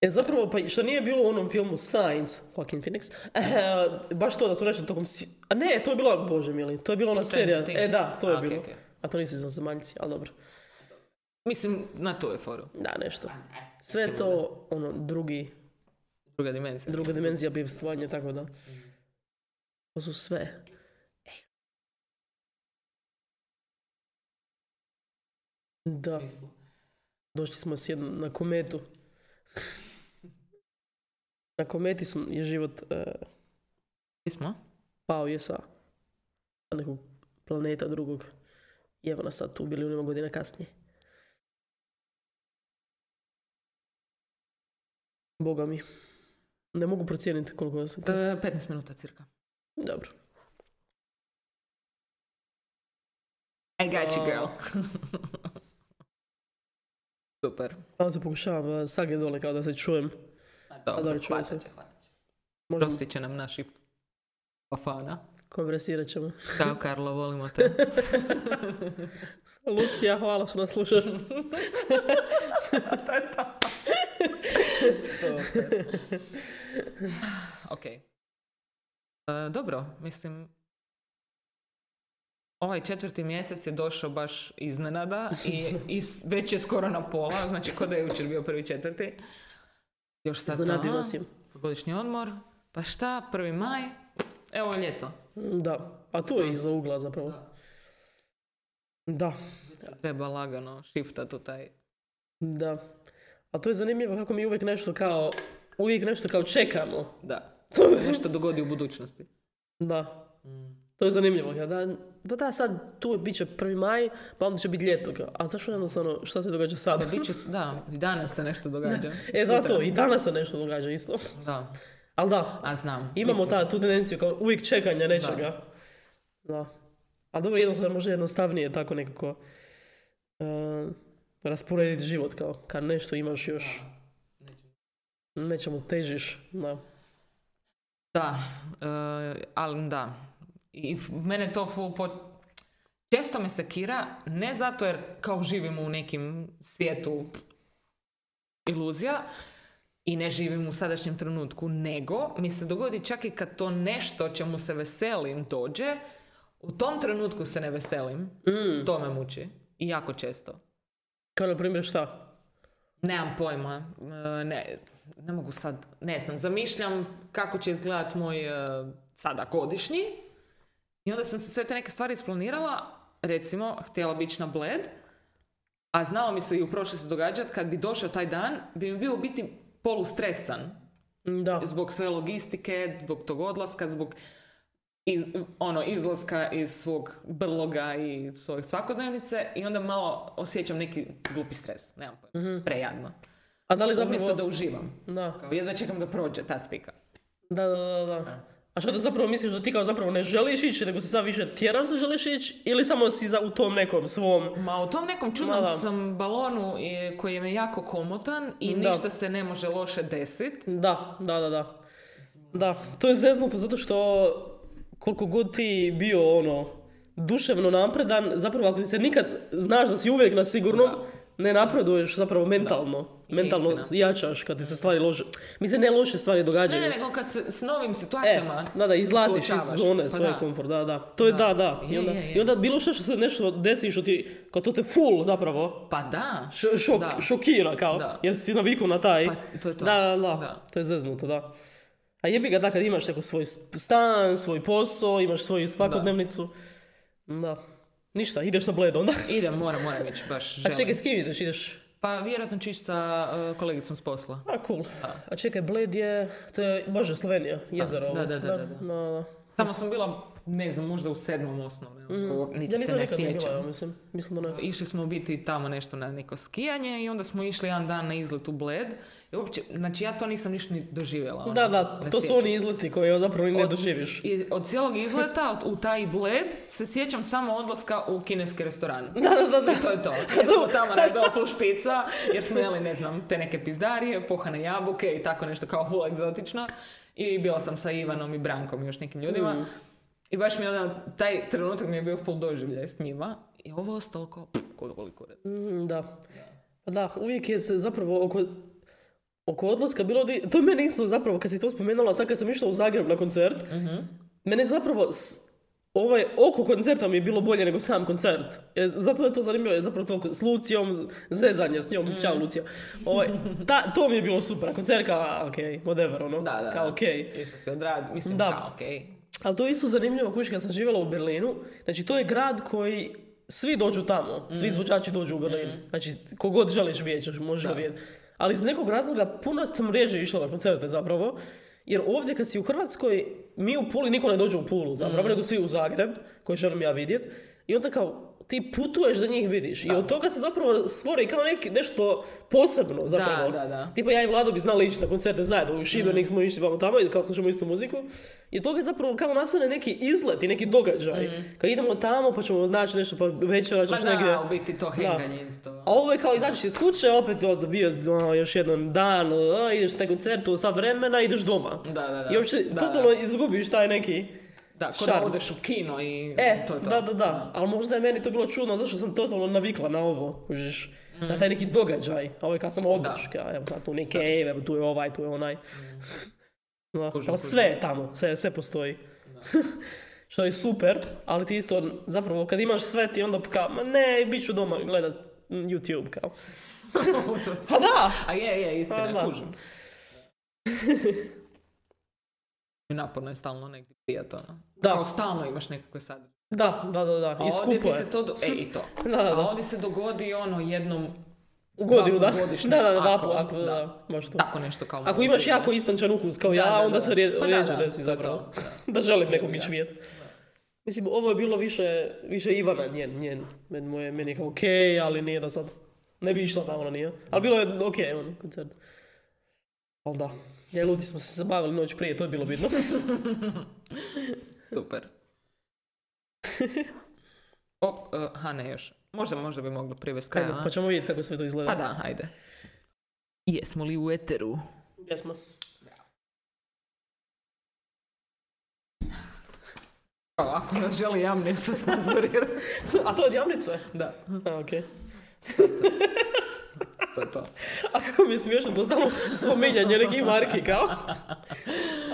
B: E, zapravo, pa što nije bilo u onom filmu Science, Joaquin Phoenix, eh, baš to da su nešto tokom... svi- A ne, to je bilo, bože mili, to je bilo ona
C: Stranger
B: serija.
C: Things.
B: E, da, to je
C: A, okej,
B: bilo.
C: okej.
B: A to nisu izvanzemaljci, ali dobro.
C: Mislim, na tu je foru.
B: Da, nešto. Sve je to, ono, drugi,
C: Druga dimenzija.
B: druga dimenzija bivstvanja, tako da. To su sve. Da, došli smo s jednom na kometu. Na kometi smo, je život eh,
C: Mi smo?
B: pao je sa sa nekog planeta drugog. I evo nas sad tu bilijunima godina kasnije. Boga mi. Ne mogu procijeniti koliko sam.
C: E, 15 minuta cirka.
B: Dobro.
C: I got you, girl. Super.
B: Samo se pokušavam eh, sage dole kao da se čujem.
C: Pa
B: dobro, čuo
C: hvatat
B: sam.
C: će, hvatat će.
B: Možemo
C: Prostit će nam naši fafana.
B: kompresirat ćemo.
C: Ćao Karlo, volimo te.
B: Lucija, hvala što nas slušaš.
C: to je to. Super. ok. E, dobro, mislim... Ovaj četvrti mjesec je došao baš iznenada i, i s- već je skoro na pola, znači ko da je jučer bio prvi četvrti. Još sad
B: Iznenadio
C: aha,
B: nas je.
C: godišnji odmor, pa šta, prvi maj, evo je ljeto.
B: Da. A tu je iza ugla zapravo. Da.
C: Treba lagano shiftat u taj...
B: Da. A to je zanimljivo kako mi uvijek nešto kao, uvijek nešto kao čekamo.
C: Da, se nešto dogodi u budućnosti.
B: Da. To je zanimljivo. Ja, da, pa da, sad tu bit će 1. maj, pa onda će biti ljeto. Kao, A zašto jednostavno, šta se događa sada?
C: Pa Bit će, da, i danas se nešto događa.
B: E, zato,
C: Sutra.
B: i danas se nešto događa isto.
C: Da,
B: Ali da,
C: a znam.
B: imamo
C: Mislim,
B: ta, tu tendenciju kao uvijek čekanja nečega. Da. A dobro, jednostavno može jednostavnije tako nekako eh, rasporediti život kao kad nešto imaš još, nečemu težiš. Da.
C: eh, Da, e, ali da, I f- mene to ful po... Često me sekira, ne zato jer kao živimo u nekim svijetu iluzija i ne živim u sadašnjem trenutku, nego mi se dogodi čak i kad to nešto čemu se veselim dođe, u tom trenutku se ne veselim.
B: Mm.
C: To me muči. I jako često.
B: Kao na primjer šta?
C: Nemam pojma. E, Ne, ne mogu sad, ne znam, zamišljam kako će izgledat moj e, sada godišnji. I onda sam se sve te neke stvari isplanirala. Recimo, htjela bi ići na bled. A znalo mi se i u prošlosti događat, kad bi došao taj dan, bi mi bio u biti polustresan
B: Mm, Da.
C: zbog sve logistike, zbog tog odlaska, zbog iz- ono, izlaska iz svog brloga i svoje svakodnevnice i onda malo osjećam neki glupi stres, nemam pojma, prejadno.
B: A da li
C: Umjesto
B: zapravo...
C: da uživam.
B: Da.
C: Kao, jedva čekam da prođe ta spika.
B: Da, da, da, da.
C: E.
B: A što da zapravo misliš da ti kao zapravo ne želiš ići, nego se sad više tjeraš da želiš ići ili samo si za, u tom nekom svom...
C: Ma u tom nekom čudnom
B: Mala.
C: sam balonu i- koji je me jako komotan i
B: Da.
C: ništa se ne može loše desit.
B: Da, da, da, da. Da, to je zeznuto zato što koliko god ti bio ono duševno napredan, zapravo ako ti se nikad znaš da si uvijek na sigurnom, ne napreduješ zapravo mentalno.
C: I
B: Mentalno
C: istina.
B: jačaš kad ti se stvari loše, mislim ne loše stvari
C: Ne,
B: događaju.
C: ne, nego kad se s novim
B: E,
C: situacijama
B: da, da, izlaziš iz
C: suočavaš.
B: zone
C: Pa
B: svoje
C: da.
B: komfort, da, da. To je da,
C: Da.
B: da. I,
C: Je,
B: onda,
C: je, je.
B: I onda bilo što što se nešto desi što ti, kao to te full zapravo,
C: Pa da.
B: š- šok-
C: Da.
B: šokira kao,
C: Da.
B: jer si naviku na taj.
C: Pa, to je to.
B: Da, da, da,
C: Da.
B: To je zeznuto, da. A jebi ga da kad imaš neko svoj stan, svoj posao, imaš svoju svakodnevnicu. Da. Ništa, ideš na bled onda.
C: Idem, moram, moram ići, baš
B: A
C: želim.
B: čekaj, s kim ideš? Ideš
C: Pa vjerojatno ću ići sa e, kolegicom s posla.
B: A, cool. A čekaj, Bled je, to je, bože, Slovenija, jezero. ovo.
C: da, da, da, da, da.
B: da.
C: Tamo sam bila, ne znam, možda u sedmom osnovne.
B: Hm,
C: onako,
B: Ja
C: Niti
B: nisam
C: se ne
B: nikad ni bila, ja
C: sjećam.
B: mislim. Mislim da ne.
C: Išli smo u biti tamo nešto na neko skijanje i onda smo išli jedan dan na izlet u Bled. I uopće, znači ja to nisam ništa ni doživjela. ono,
B: Da, da,
C: ne
B: to su
C: sjećam.
B: oni izleti koje zapravo ni ne
C: Od-
B: doživiš.
C: I od cijelog izleta u taj Bled se sjećam samo odlaska u kineski restoran.
B: Da, da, da, da.
C: I to je to. Jer smo tamo naš dao full špica, jer smo jeli, ne znam, te neke pizdarije, pohane jabuke i tako nešto kao full egzotično. I bila sam sa Ivanom i Brankom i još nekim ljudima.
B: Mm.
C: I baš mi je ono, taj trenutak mi je bio full doživljaj s njima. I ovo ostalo kao, pff, koga voli kurac.
B: Mm, da. Pa Da, uvijek je se zapravo oko, oko odlaska bilo di... To je meni isto zapravo, kad si to spomenula, sad kad sam išla u Zagreb na koncert,
C: Mhm.
B: mene zapravo s- ovaj oko koncerta mi je bilo bolje nego sam koncert. E, Zato je to zanimljivo, je zapravo to s Lucijom, zezanje s
C: Mhm.
B: njom, čao Lucija. Ovaj, ta, to mi je bilo super, a koncert kao, a, ok, whatever, ono,
C: Da, da,
B: kao
C: da.
B: ok.
C: Išlo se odradi, mislim,
B: Da.
C: kao, okej.
B: Ali to je isto zanimljivo, kući kad sam živjela u Berlinu, znači to je grad koji svi dođu tamo,
C: Mm.
B: svi izvođači dođu u Berlin. Znači, kogod želiš vijećaš, možeš ga vidjeti. Ali iz nekog razloga puno sam rjeđe išla na koncerte zapravo, jer ovdje kad si u Hrvatskoj, mi u Puli, niko ne dođe u Pulu
C: Mm.
B: zapravo, nego svi u Zagreb, koji želim ja vidjeti. I onda kao, ti putuješ da njih vidiš. I od toga se zapravo stvori kao neki, nešto posebno zapravo.
C: da, da.
B: Tipa ja i Vlado bi znali ići na koncerte zajedno, u Šibenik smo išli vamo tamo i kao slušamo istu muziku. I od toga je zapravo kao nastane neki izlet i neki događaj. Kad idemo tamo pa ćemo naći nešto, pa večera
C: Ma
B: ćeš negdje.
C: Mm. da, u biti to henganje isto.
B: A ovo je kao izađeš iz kuće, opet o, bio o, još jedan dan, o, ideš na taj koncert u sad vremena, ideš doma.
C: Da, da, da.
B: I uopće
C: Da,
B: totalno izgubiš taj neki...
C: Da, ko da
B: šarm.
C: odeš u kino i
B: E,
C: to je to.
B: da, da, da. Ali možda je meni to bilo čudno, zašto sam totalno navikla na ovo, kužiš.
C: Mm.
B: Na taj neki događaj. A ovo je kad sam odeš, kao, evo sad tu neki cave, evo tu je ovaj, tu je onaj. Da,
C: Mm. Kužim,
B: ali
C: kužim.
B: sve je tamo, sve, sve postoji. Što je super, ali ti isto, zapravo, kad imaš sve ti onda kao, ma ne, bit ću doma gledat mm, YouTube, kao. Pa da!
C: A je, je,
B: Pa
C: istina,
B: da.
C: kužim. I naporno je stalno negdje prijat, ono.
B: Da.
C: Kao stalno imaš nekakve sadržaje.
B: Da, da, da, da,
C: A
B: i
C: ovdje
B: skupo
C: ti
B: je.
C: se to... Do... E, i to.
B: Da, da, da.
C: A ovdje se dogodi ono jednom...
B: U godinu, da.
C: dva put godišnje,
B: Da, da, da, dva
C: ako-
B: put, ako, da,
C: da.
B: da, baš to.
C: Tako nešto kao...
B: Ako imaš jako istančan ukus kao
C: Da,
B: ja,
C: da, da,
B: onda se
C: da.
B: rije,
C: Pa da,
B: rijeđe
C: da,
B: desi zapravo.
C: upravo,
B: Da želim nekog
C: Jebi
B: ići
C: ga.
B: vidjeti. Mislim, ovo je bilo više, više Ivana njen, njen. Meni, moje, meni je kao okej, ali nije da sad. Ne bi išla tamo, ona nije. Ali bilo je okej, on, koncert. Ali da. Ja i Luci smo se zabavili noć prije, to je bilo bitno.
C: Super. Op, eh, aha, ne još. Možda, možda bi moglo privesti kraja.
B: Ajde,
C: a?
B: pa ćemo vidjeti kako sve to
C: Pa
B: izgleda.
C: da, hajde. Jesmo li u eteru?
B: Jesmo.
C: Kao, ako nas želi jamnica sponzorirati.
B: A to od jamnice?
C: da,
B: A, okej.
C: to je to.
B: A kako mi je smiješno to stalno spominjanje nekih marki, kao?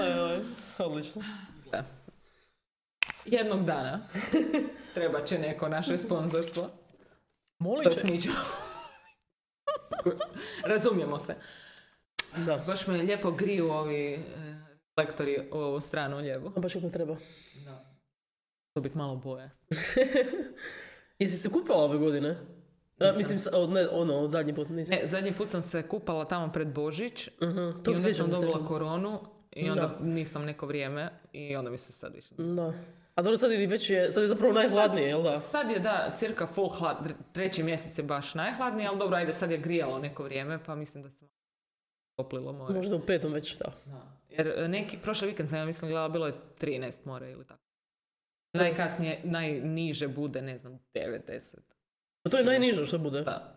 B: Aj, aj, odlično.
C: Gle. Jednog dana treba će neko naše sponzorstvo.
B: Molit
C: To smiđa. Razumijemo se.
B: Da.
C: Baš me lijepo griju ovi e, reflektori u ovu stranu lijevu.
B: A baš kako treba.
C: Da. To bit malo boje.
B: Jesi se kupala ove godine? A, mislim, sa- od, ne, ono, od zadnji put nisam.
C: Ne, zadnji put sam se kupala tamo pred Božić
B: Mhm,
C: to
B: To
C: i
B: se
C: onda
B: sjećam
C: sam
B: da se-
C: dobila koronu i onda
B: Da.
C: nisam neko vrijeme i onda mi se sad više...
B: Da. A dobro, sad je već je, sad je zapravo najhladnije, jel da?
C: Sad je da, cirka full hlad, treći mjesec je baš najhladniji, ali dobro, ajde, sad je grijalo neko vrijeme, pa mislim da se malo toplilo more.
B: Možda u petom već, da.
C: Da. Jer e, neki, prošli vikend sam ja mislim gledala, bilo je 13 more ili tako. Najkasnije, najniže bude, ne znam, 9-10.
B: To je najniže što bude.
C: Da.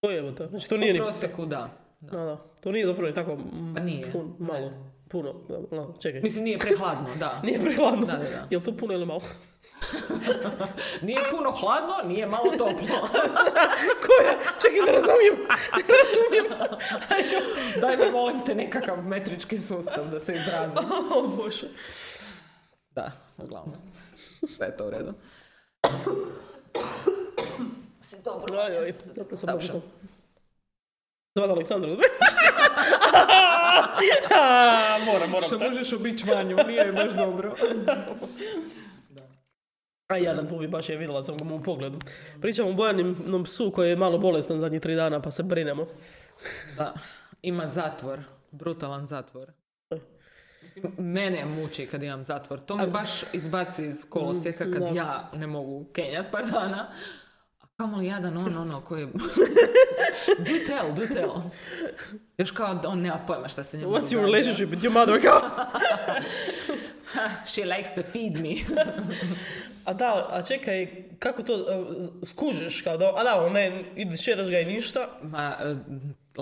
B: To je, evo to. Znači, to nije
C: U
B: ni...
C: prosjeku da. da.
B: Da, da. To nije zapravo ni tako mm,
C: Pa nije.
B: pun- malo. Puno. Da, da, čekaj.
C: Mislim, nije prehladno, da.
B: Nije prehladno.
C: Da, da, da.
B: Jel to puno ili malo?
C: Nije puno hladno, nije malo toplo.
B: Koja? Čekaj, ne razumijem. Ne razumijem.
C: Daj mi, molim te, nekakav metrički sustav da se izrazi.
B: O Bože.
C: Da, uglavnom. Sve je to u redu.
B: Aj, aj, Dobro sam, dobro
C: Dobro.
B: sam. Zvat Aleksandra. moram, moram.
C: Što možeš obići vanju, nije baš dobro.
B: A jadan pubi baš je vidjela sam ga mu u pogledu. Pričamo o Bojaninom psu koji je malo bolestan zadnjih tri dana pa se brinemo.
C: Da, ima zatvor, brutalan zatvor. Mislim, Mene muči kad imam zatvor. To me baš izbaci iz kolosijeka kad
B: Da.
C: ja ne mogu kenjat par dana. A kamo li jadan on, ono, koji je... do tell, do tell. Još kao da on nema pojma šta se njemu
B: What's your
C: događa.
B: relationship with your mother? Kao?
C: She likes to feed me.
B: A da, a čekaj, kako to a, skužiš kao da, a da, on ne, ideš, šeraš ga i ništa.
C: Ma, e,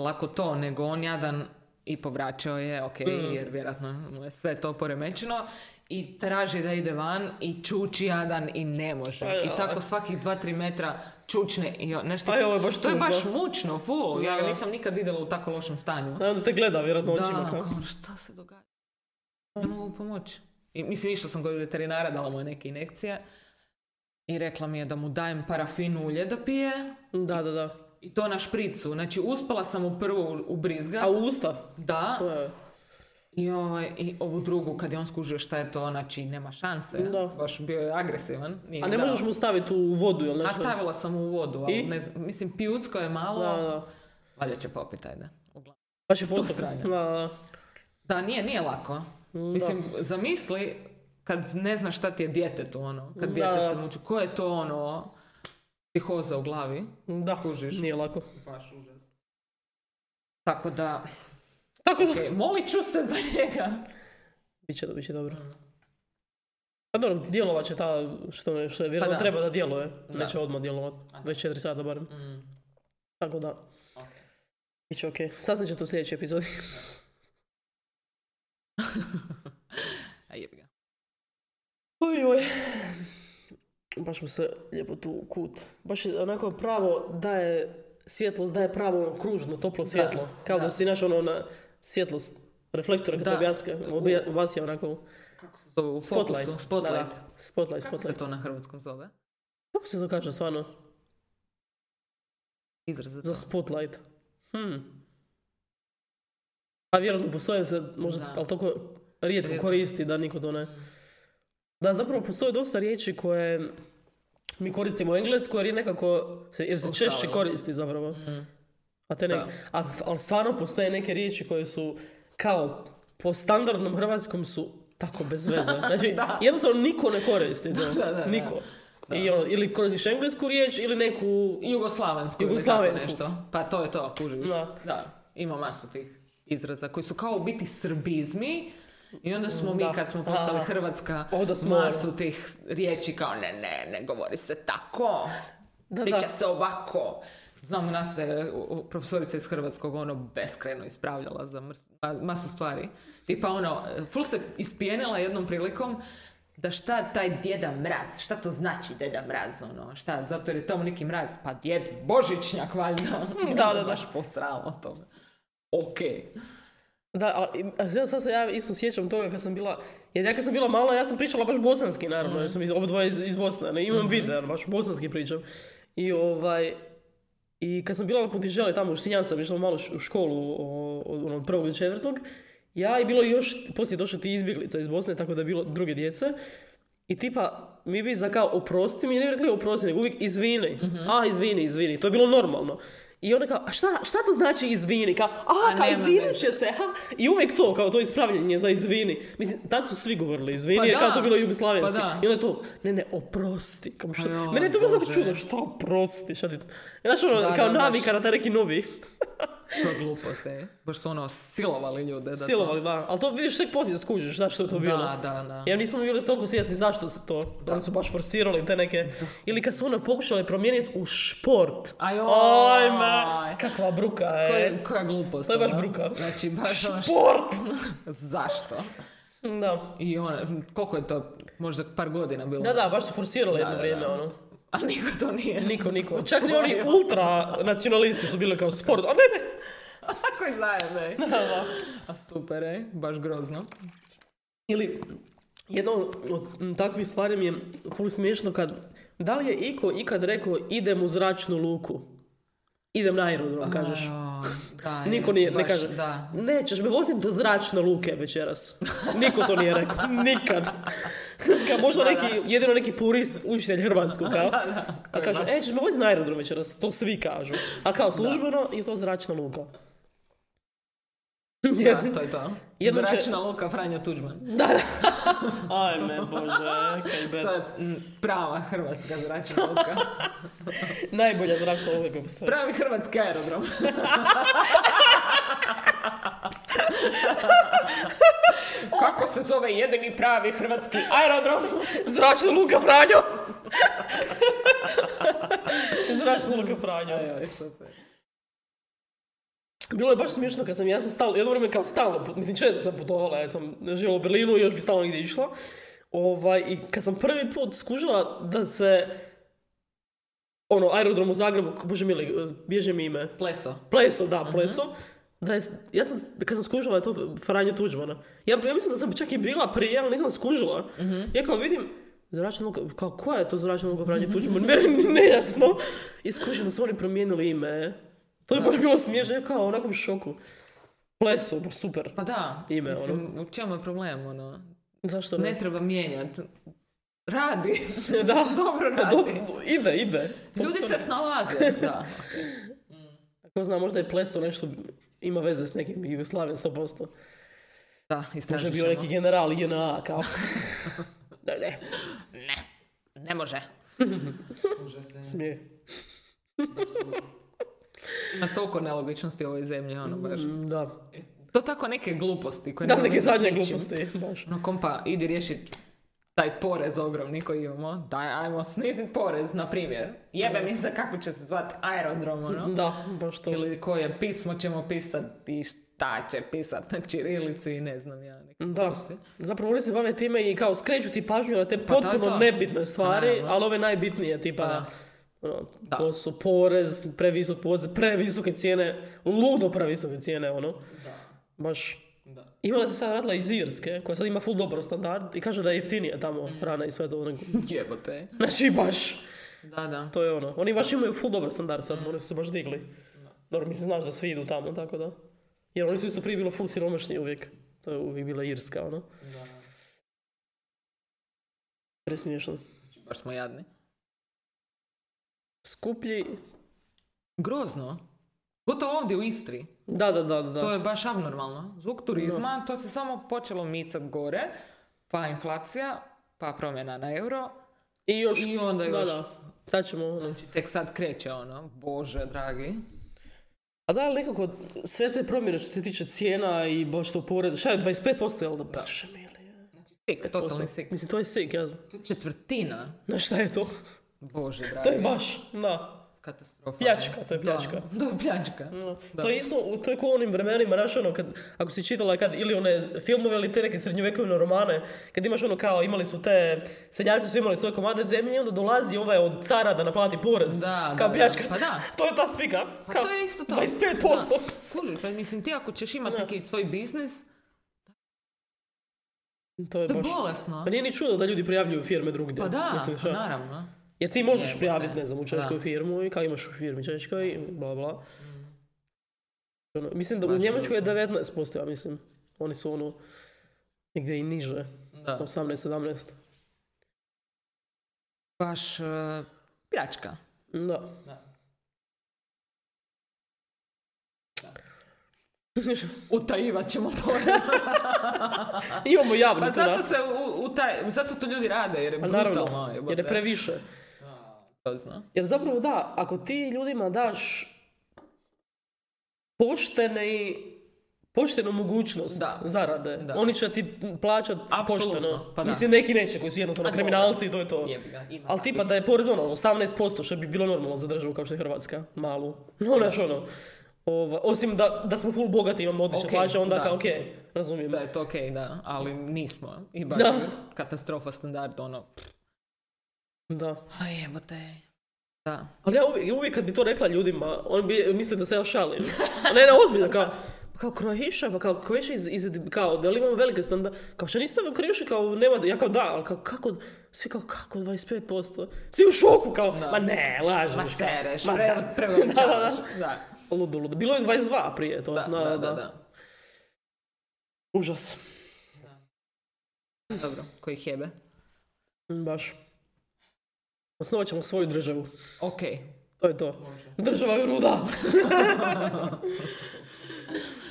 C: lako to, nego on jadan i povraćao je, ok,
B: Mm.
C: jer vjerojatno mu je sve to poremećeno i traži da ide van i čuči jadan i ne može.
B: Aj,
C: I
B: aj.
C: tako svakih 2-3 metra čučne i on- nešto.
B: Aj, Pa ovo je baš
C: to je
B: tužno.
C: baš mučno, ful. Ja
B: Da,
C: ga
B: da.
C: nisam nikad vidjela u tako lošem stanju.
B: A E, onda te gleda vjerojatno očima
C: Da,
B: kao.
C: kao, šta se događa? Ne mogu pomoći. I, mislim, išla sam kod veterinara, dala mu je neke injekcije i rekla mi je da mu dajem parafin ulje da pije,
B: Da, da, da.
C: i to na špricu. Znači, uspala sam u prvu u brizga.
B: A u usta?
C: Da.
B: To je.
C: I, ovaj, I ovu drugu, kad je on skužio šta je to, znači, nema šanse.
B: Da.
C: Baš bio je agresivan. nije
B: A ne
C: dao.
B: možeš mu staviti u vodu ili
C: A
B: nešto?
C: stavila sam mu u vodu, ali
B: I?
C: ne znam, mislim, pijucko je malo.
B: Da, da.
C: Valjda će popiti, ajde. Uglavnom.
B: Baš je
C: tog
B: postupak.
C: stranja.
B: Da, da.
C: Da, nije, nije lako. Mislim, zamisli kad ne znaš šta ti je djetetu, ono. Kad
B: Da,
C: dijete
B: da.
C: se muči. Ko je to, ono, psihoza u glavi?
B: Da,
C: Kužiš.
B: nije lako.
C: Baš užas. Tako da,
B: Tako da,
C: ok, molit ću se za njega.
B: bit će, bit će dobro.
C: Mhm.
B: Pa dobro, djelovat će ta što, je- što je vjerojatno
C: Pa da.
B: treba da djeluje.
C: Da. Mhm.
B: Neće odmah djelovat, već 4 sata barem. Tako da. Bit će okej. Saznat ćete u sljedećoj epizodi.
C: A jebi ga.
B: Oj, oj. Baš smo se lijepo tu u kut. Baš je onako pravo daje svjetlost, daje pravo ono kružno, toplo svjetlo. Kao da,
C: da.
B: si naš ono na svjetlost reflektora kad
C: Da.
B: te objaska, obja- obasja onako.
C: Kako se zove? U
B: Spotlight.
C: fokusu. Spotlight.
B: Da, da. Spotlight,
C: Kako se
B: spotlight.
C: to na hrvatskom zove?
B: Kako se to kaže stvarno?
C: Izraz za to.
B: Za spotlight. Hm. A vjerojatno postoje se, možda,
C: Da.
B: ali toliko rijetko
C: Rijetko. Hmm.
B: koristi da niko to ne... Da, zapravo postoje dosta riječi koje mi koristimo u englesku jer je nekako, se, jer se češće
C: Ustalilo.
B: koristi zapravo. A te ne,
C: Hmm. Da.
B: a, s- ali stvarno postoje neke riječi koje su kao po standardnom hrvatskom su tako bez veze. Znači, jednostavno niko ne koristi to.
C: Da, da, da.
B: niko. I ono, ili koristiš englesku riječ ili neku
C: Jugoslavensku. ili
B: Jugoslavensku.
C: tako nešto. Pa to je to, kužiš.
B: Da.
C: Da. Ima masu tih izraza koji su kao u biti srbizmi. I onda smo mi,
B: Da.
C: kad smo postali
B: A.
C: Hrvatska,
B: Onda smo-
C: masu tih riječi kao ne, ne, ne govori se tako,
B: Da,
C: priča
B: da.
C: se ovako. Znam, nas je u- u- profesorica iz Hrvatskog ono beskreno ispravljala za mrs- ma- masu stvari. Tipa ono, full se ispijenila jednom prilikom da šta taj djeda mraz, šta to znači djeda mraz, ono, šta, zato jer je tamo neki mraz, pa djed Božićnjak valjda, ono,
B: da, da.
C: baš posralo tome. Ok.
B: Da, a, i- a sad sad se ja isto sjećam toga kad sam bila, jer ja kad sam bila mala, ja sam pričala baš bosanski naravno,
C: Mhm.
B: jer sam iz- obadvoje iz, iz Bosne, ne, imam video, baš bosanski pričam. I ovaj, i kad sam bila na Pontiželi tamo u Štinjan sam išla malo š- u školu o- od, ono, od prvog do četvrtog, ja i bilo još, poslije došla ti izbjeglica iz Bosne, tako da je bilo druge djece. I tipa, mi bi za kao oprosti mi, ne bi rekli oprosti, nego uvijek izvini.
C: Mhm.
B: A, izvini, izvini. To je bilo normalno. I ona kao, a šta, šta to znači izvini? Kao, a,
C: A
B: kao
C: nema
B: izvinit
C: veze.
B: će se, ha? I uvijek to, kao to ispravljanje za izvini. Mislim, tad su svi govorili izvini,
C: Pa
B: jer kao
C: da.
B: to bilo jugoslavenski.
C: Pa da.
B: I onda je to, ne, ne, oprosti. Kao što,
C: joj,
B: mene je to bilo tako
C: Bože.
B: čudno, šta oprosti, šta ti... Znaš ono,
C: Da,
B: kao
C: da, baš.
B: navika na taj neki novi.
C: To je glupo se. Baš su ono silovali ljude. Da to-
B: Silovali, da. Ali to vidiš tek poslije skužiš, znaš što je to bilo.
C: Da, da, da.
B: Ja nismo bili toliko svjesni zašto se to, da oni su baš forsirali te neke, ili kad su ono pokušali promijeniti u šport.
C: Ajoj.
B: Ajme, kakva bruka je.
C: Koja, koja glupost.
B: To je baš
C: ono.
B: bruka.
C: Znači, baš ono šta-
B: Šport!
C: Zašto?
B: Da,
C: I ono, koliko je to, možda par godina bilo?
B: da, da, baš su forsirali jedno
C: da,
B: vrijeme,
C: da.
B: ono.
C: A niko to nije.
B: Niko, niko. Čak ni oni ultra nacionalisti su bili kao sport, a ne, ne.
C: Tako je zajedno, ej. A super, ej. Baš grozno.
B: Ili jedna od od, m, takvih stvari mi je ful smiješno kad, da li je iko ikad rekao idem u zračnu luku? Idem na aerodrom, kažeš.
C: Ajoj, da, ej,
B: Niko nije, ne
C: baš,
B: kaže.
C: Da.
B: Nećeš me voziti do zračne luke večeras. Niko to nije rekao, nikad. Kao možda neki, jedino neki purist, učitelj hrvatskog, kao. A
C: koji
B: kaže,
C: baš-
B: e, ćeš me voziti na aerodrom večeras. To svi kažu. A kao službeno je to zračna luka.
C: Da, to je to.
B: Jednom će-
C: Zračna luka Franjo Tuđman.
B: Da, da. Ajme, bože, kaj bed.
C: To je mm, prava hrvatska zračna luka.
B: Najbolja zračna luka koja postoji.
C: Pravi hrvatski aerodrom. Kako se zove jedini pravi hrvatski aerodrom?
B: Zračna luka Franjo! zračna luka Franjo.
C: Joj, super.
B: Bilo je baš smiješno kad sam, ja sam stalno, jedno vrijeme kao stalno, put- mislim često sam putovala, ja sam živjela u Berlinu i još bi stalno negdje išla. Ovaj, I kad sam prvi put skužila da se, ono, aerodrom u Zagrebu, k- bože mili, bježe mi ime,
C: Pleso.
B: Pleso, da, Pleso. Da je, ja sam, kad sam skužila je to Franjo Tuđmana. Ja, ja mislim da sam čak i bila prije, ali nisam skužila. Ja kao vidim, zračna luka, kao koja je to zračna luka Franjo Tuđman? Meni je nejasno. I skužim da su oni promijenili ime. To je baš bilo smiješno, ja kao onako u šoku. Pleso, baš super.
C: Pa da,
B: Ime,
C: mislim, u čemu je problem, ono?
B: Zašto ne?
C: Ne treba mijenjati. Radi.
B: da,
C: Dobro radi.
B: E, dobro, ide, ide.
C: Ljudi se snalaze, da.
B: Ko zna, možda je Pleso nešto ima veze s nekim Jugoslavijom 100%.
C: Da,
B: Možda je
C: istražit
B: bio
C: ćemo.
B: neki general JNA, kao. ne, ne,
C: Ne, ne može.
B: smijeh.
C: Ima toliko nelogičnosti u ovoj zemlji, ono baš.
B: Mm, Da.
C: To tako Mhm. neke gluposti koje
B: Da,
C: nemaju
B: neke
C: veze s
B: zadnje
C: ničim.
B: gluposti, baš.
C: No Ono, kompa, idi riješit taj porez ogromni koji imamo. Daj, ajmo snizit porez, na primjer. Jebe mi za kako će se zvati aerodrom, ono.
B: Da, baš to.
C: Ili koje pismo ćemo pisati i šta će pisati na čirilici i ne znam ja. neke
B: Da,
C: gluposti.
B: zapravo oni se bave time i kao skreću ti pažnju na te
C: Pa to je
B: potpuno
C: to.
B: nebitne stvari,
C: Naravno.
B: ali ove najbitnije, tipa
C: da.
B: ono,
C: Da.
B: to su porez, previsok porez, previsoke cijene, ludo previsoke cijene, ono. Baš.
C: Da.
B: Imala se sad radila iz Irske, koja sad ima full dobro standard i kaže da je jeftinija tamo
C: Mm.
B: hrana i sve to. ono.
C: Jebote.
B: Znači baš,
C: Da, da.
B: to je ono. Oni baš imaju full dobar standard sad, oni su se baš digli. Dobro, mislim, znaš da svi idu tamo, tako da. Jer oni su isto prije bilo full siromašni uvijek. To je uvijek bila Irska, ono.
C: da.
B: Presmiješno.
C: Znači, Baš smo jadni.
B: Skuplji...
C: Grozno. Gotovo ovdje u Istri.
B: Da, da, da, da.
C: To je baš abnormalno. Zbog turizma to se samo počelo micat gore, pa inflacija, pa promjena na euro.
B: I još...
C: I onda
B: Da,
C: još.
B: da. Sad ćemo ono...
C: Znači, Tek sad kreće ono, bože dragi.
B: A da, ali nekako sve te promjene što se tiče cijena i baš to poreza, šta je 25% jel da? da.
C: Sik, totalni sik.
B: Mislim, to je sik, ja znam.
C: To je Četvrtina,
B: Na šta je to?
C: bože dragi.
B: To je baš, da.
C: katastrofa.
B: Pljačka, to je pljačka.
C: Da, da, pljačka.
B: No,
C: Da.
B: To je isto, to je kao u onim vremenima, znaš, ono, kad, ako si čitala kad, ili one filmove ili te neke srednjovjekovne romane, kad imaš ono kao, imali su te, seljaci su imali svoje komade zemlje i onda dolazi ovaj od cara da naplati porez,
C: Da,
B: kao
C: da, da.
B: pljačka.
C: Pa da.
B: To je ta spika.
C: Pa
B: kao
C: to je isto to.
B: 25%.
C: Da. Kužiš, pa mislim ti ako ćeš imati
B: Da.
C: neki svoj biznis,
B: To je
C: to je
B: baš...
C: bolesno.
B: Pa nije ni čudo da ljudi prijavljuju firme drugdje.
C: Pa da,
B: Mislim,
C: pa
B: šta?
C: naravno.
B: Jer ti možeš prijaviti, ne znam, u
C: Da.
B: češkoj firmu i kao imaš u firmi češkoj i bla bla. Ono, mislim da u
C: Važno je
B: Njemačkoj je
C: uzeti.
B: 19%, ja mislim. Oni su ono, negdje i niže,
C: Da.
B: 18, 17.
C: Baš e, pljačka.
B: Da.
C: Da. Utajivat ćemo porez.
B: Imamo javno
C: Pa
B: to,
C: zato
B: da.
C: se u, u taj, zato to ljudi rade, jer je
B: Pa
C: brutalno.
B: naravno, jer
C: jebote.
B: je previše.
C: Da, To zna.
B: Jer zapravo da, ako ti ljudima daš poštene i poštenu mogućnost
C: Da.
B: zarade,
C: Da.
B: oni će ti plaćat
C: Apsolutno,
B: pošteno.
C: pa da.
B: Mislim, neki neće koji su jednostavno
C: A dobro.
B: kriminalci i to je to.
C: Jebi ga, ima
B: Ali tipa da je porez ono 18% što bi bilo normalno za državu kao što je Hrvatska, malu. No, znaš ono. Ova, osim da, da smo full bogati imamo odlične
C: Ok,
B: plaće, onda
C: da.
B: kao okej, razumijem.
C: Sve je to okej, da, ali nismo. I baš
B: Da.
C: je katastrofa standard, ono.
B: Da.
C: A jebote. Da.
B: Ali ja uvijek, uvijek kad bi to rekla ljudima, on bi misle da se ja šalim. A ne, ne, ozbiljno, kao, pa kao Kroaša, pa kao Kroaša iz, iz, kao, da li imamo velike standarde, kao što niste u Kroaši, kao nema, ja kao da, ali kao kako, svi kao kako 25%, svi u šoku, kao, ma ne, lažem.
C: Ma
B: kao,
C: sereš,
B: ma
C: pre,
B: da.
C: preuveličavaš.
B: Da,
C: Da,
B: da. Ludo, ludo. Bilo je 22 prije to.
C: da, da, da, da.
B: Užas.
C: Dobro, koji jebe.
B: Mm, Baš. Osnovat ćemo svoju državu.
C: Ok.
B: To je to. Država je ruda.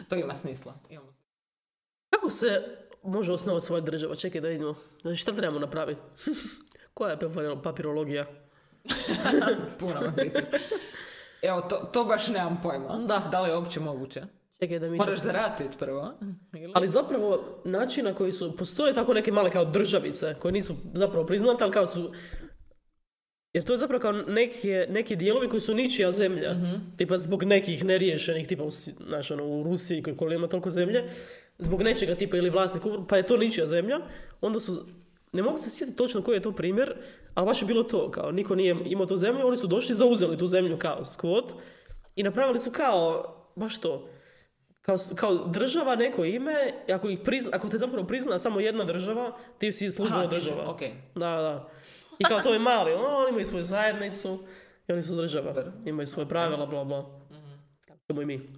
C: To ima smisla. Imamo-
B: Kako se može osnovati svoja država? Čekaj da vidimo. Znači, šta trebamo napraviti? Koja je papiro- papirologija?
C: Puno me piti. Evo, to, to baš nemam pojma.
B: Da.
C: li je uopće moguće?
B: Čekaj da mi... to-
C: Moraš zaratiti prvo. Ili?
B: Ali zapravo način na koji su... Postoje tako neke male kao državice koje nisu zapravo priznate, ali kao su... Jer to je zapravo kao neke, neki dijelovi koji su ničija zemlja. Tipa zbog nekih neriješenih, tipa u, Si- znaš, ono, u Rusiji koji koliko ima toliko zemlje, zbog nečega tipa ili vlasnik, umro, pa je to ničija zemlja, onda su... Ne mogu se sjetiti točno koji je to primjer, ali baš je bilo to, kao niko nije imao tu zemlju, oni su došli, zauzeli tu zemlju kao skvot i napravili su kao, baš to, kao, s- kao država neko ime, i ako, ih prizna, ako te zapravo prizna samo jedna država, ti si službena
C: Aha, ti si-
B: država.
C: okej.
B: Da, da. I kao to je mali, ono, oni imaju svoju zajednicu i oni su država. Imaju svoje pravila, bla, bla.
C: Mhm.
B: Tako ćemo i mi.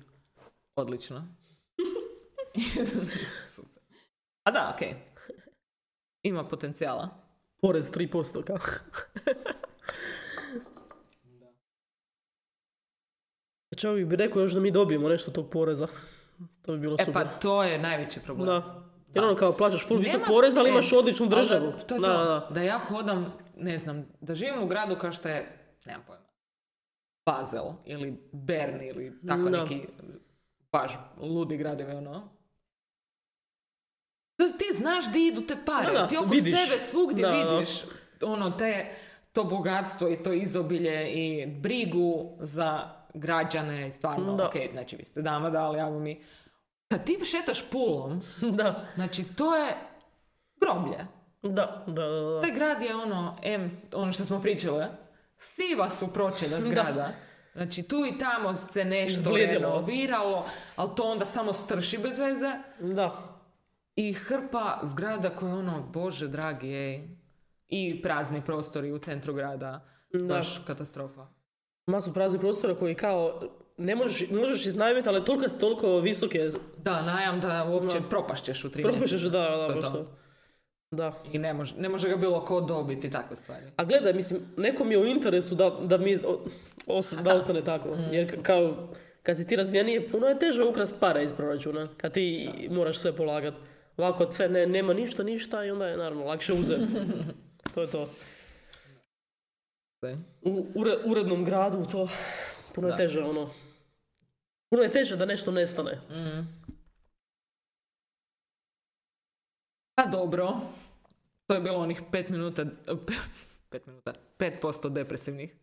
C: Odlično. Super. A da, okej. Ima potencijala.
B: Porez 3% kao. Čovjek Znači, bi rekao još da mi dobijemo nešto tog poreza. To bi bilo
C: E
B: super.
C: pa to je najveći problem.
B: Da. Jer ono kao plaćaš full visok
C: Nema-
B: porez, ali
C: e,
B: imaš odličnu
C: ali
B: državu.
C: Da, to je
B: da,
C: to.
B: da, da.
C: Da ja hodam, ne znam, da živim u gradu kao što je, nemam pojma, Basel ili Bern ili tako
B: Da.
C: neki baš ludi gradovi, ono. To ti znaš di idu te pare,
B: Da, da,
C: ti oko
B: vidiš.
C: sebe svugdje
B: Da, da.
C: vidiš ono te, to bogatstvo i to izobilje i brigu za građane, stvarno,
B: Da.
C: ok, znači vi ste dama dali, ali mi... Kad ti šetaš pulom,
B: Da,
C: Znači, to je groblje.
B: da, da, da, da.
C: Taj grad je ono, em, ono što smo pričale, siva su pročelja zgrada. Znači, tu i tamo se nešto ono
B: Izblijedilo.
C: renoviralo, ali to onda samo strši bez veze.
B: Da.
C: I hrpa zgrada koje ono, bože dragi, ej. I prazni prostori u centru grada. Baš katastrofa.
B: Masu praznih prostora koji kao ne možeš, možeš iznajmiti, ali toliko, toliko visoke
C: Da, najam da uopće propašćeš u tri
B: propuštaš da,
C: mjeseca.
B: da,
C: To je
B: baš
C: to.
B: to. Da.
C: I ne može, ne može ga bilo ko dobiti, takve stvari.
B: A gledaj, mislim, nekom je u interesu da, da mi o- osta- da ostane tako. Jer ka- kao, kad si ti razvijenije, puno je teže ukrast pare iz proračuna. Kad ti moraš sve polagat. Ovako, sve, ne, nema ništa, ništa i onda je naravno lakše uzeti. to je to. U ure- urednom gradu to puno je
C: Da.
B: teže, ono. Puno je teže da nešto nestane.
C: Pa dobro, to je bilo onih 5 minuta, 5 minuta, 5% depresivnih.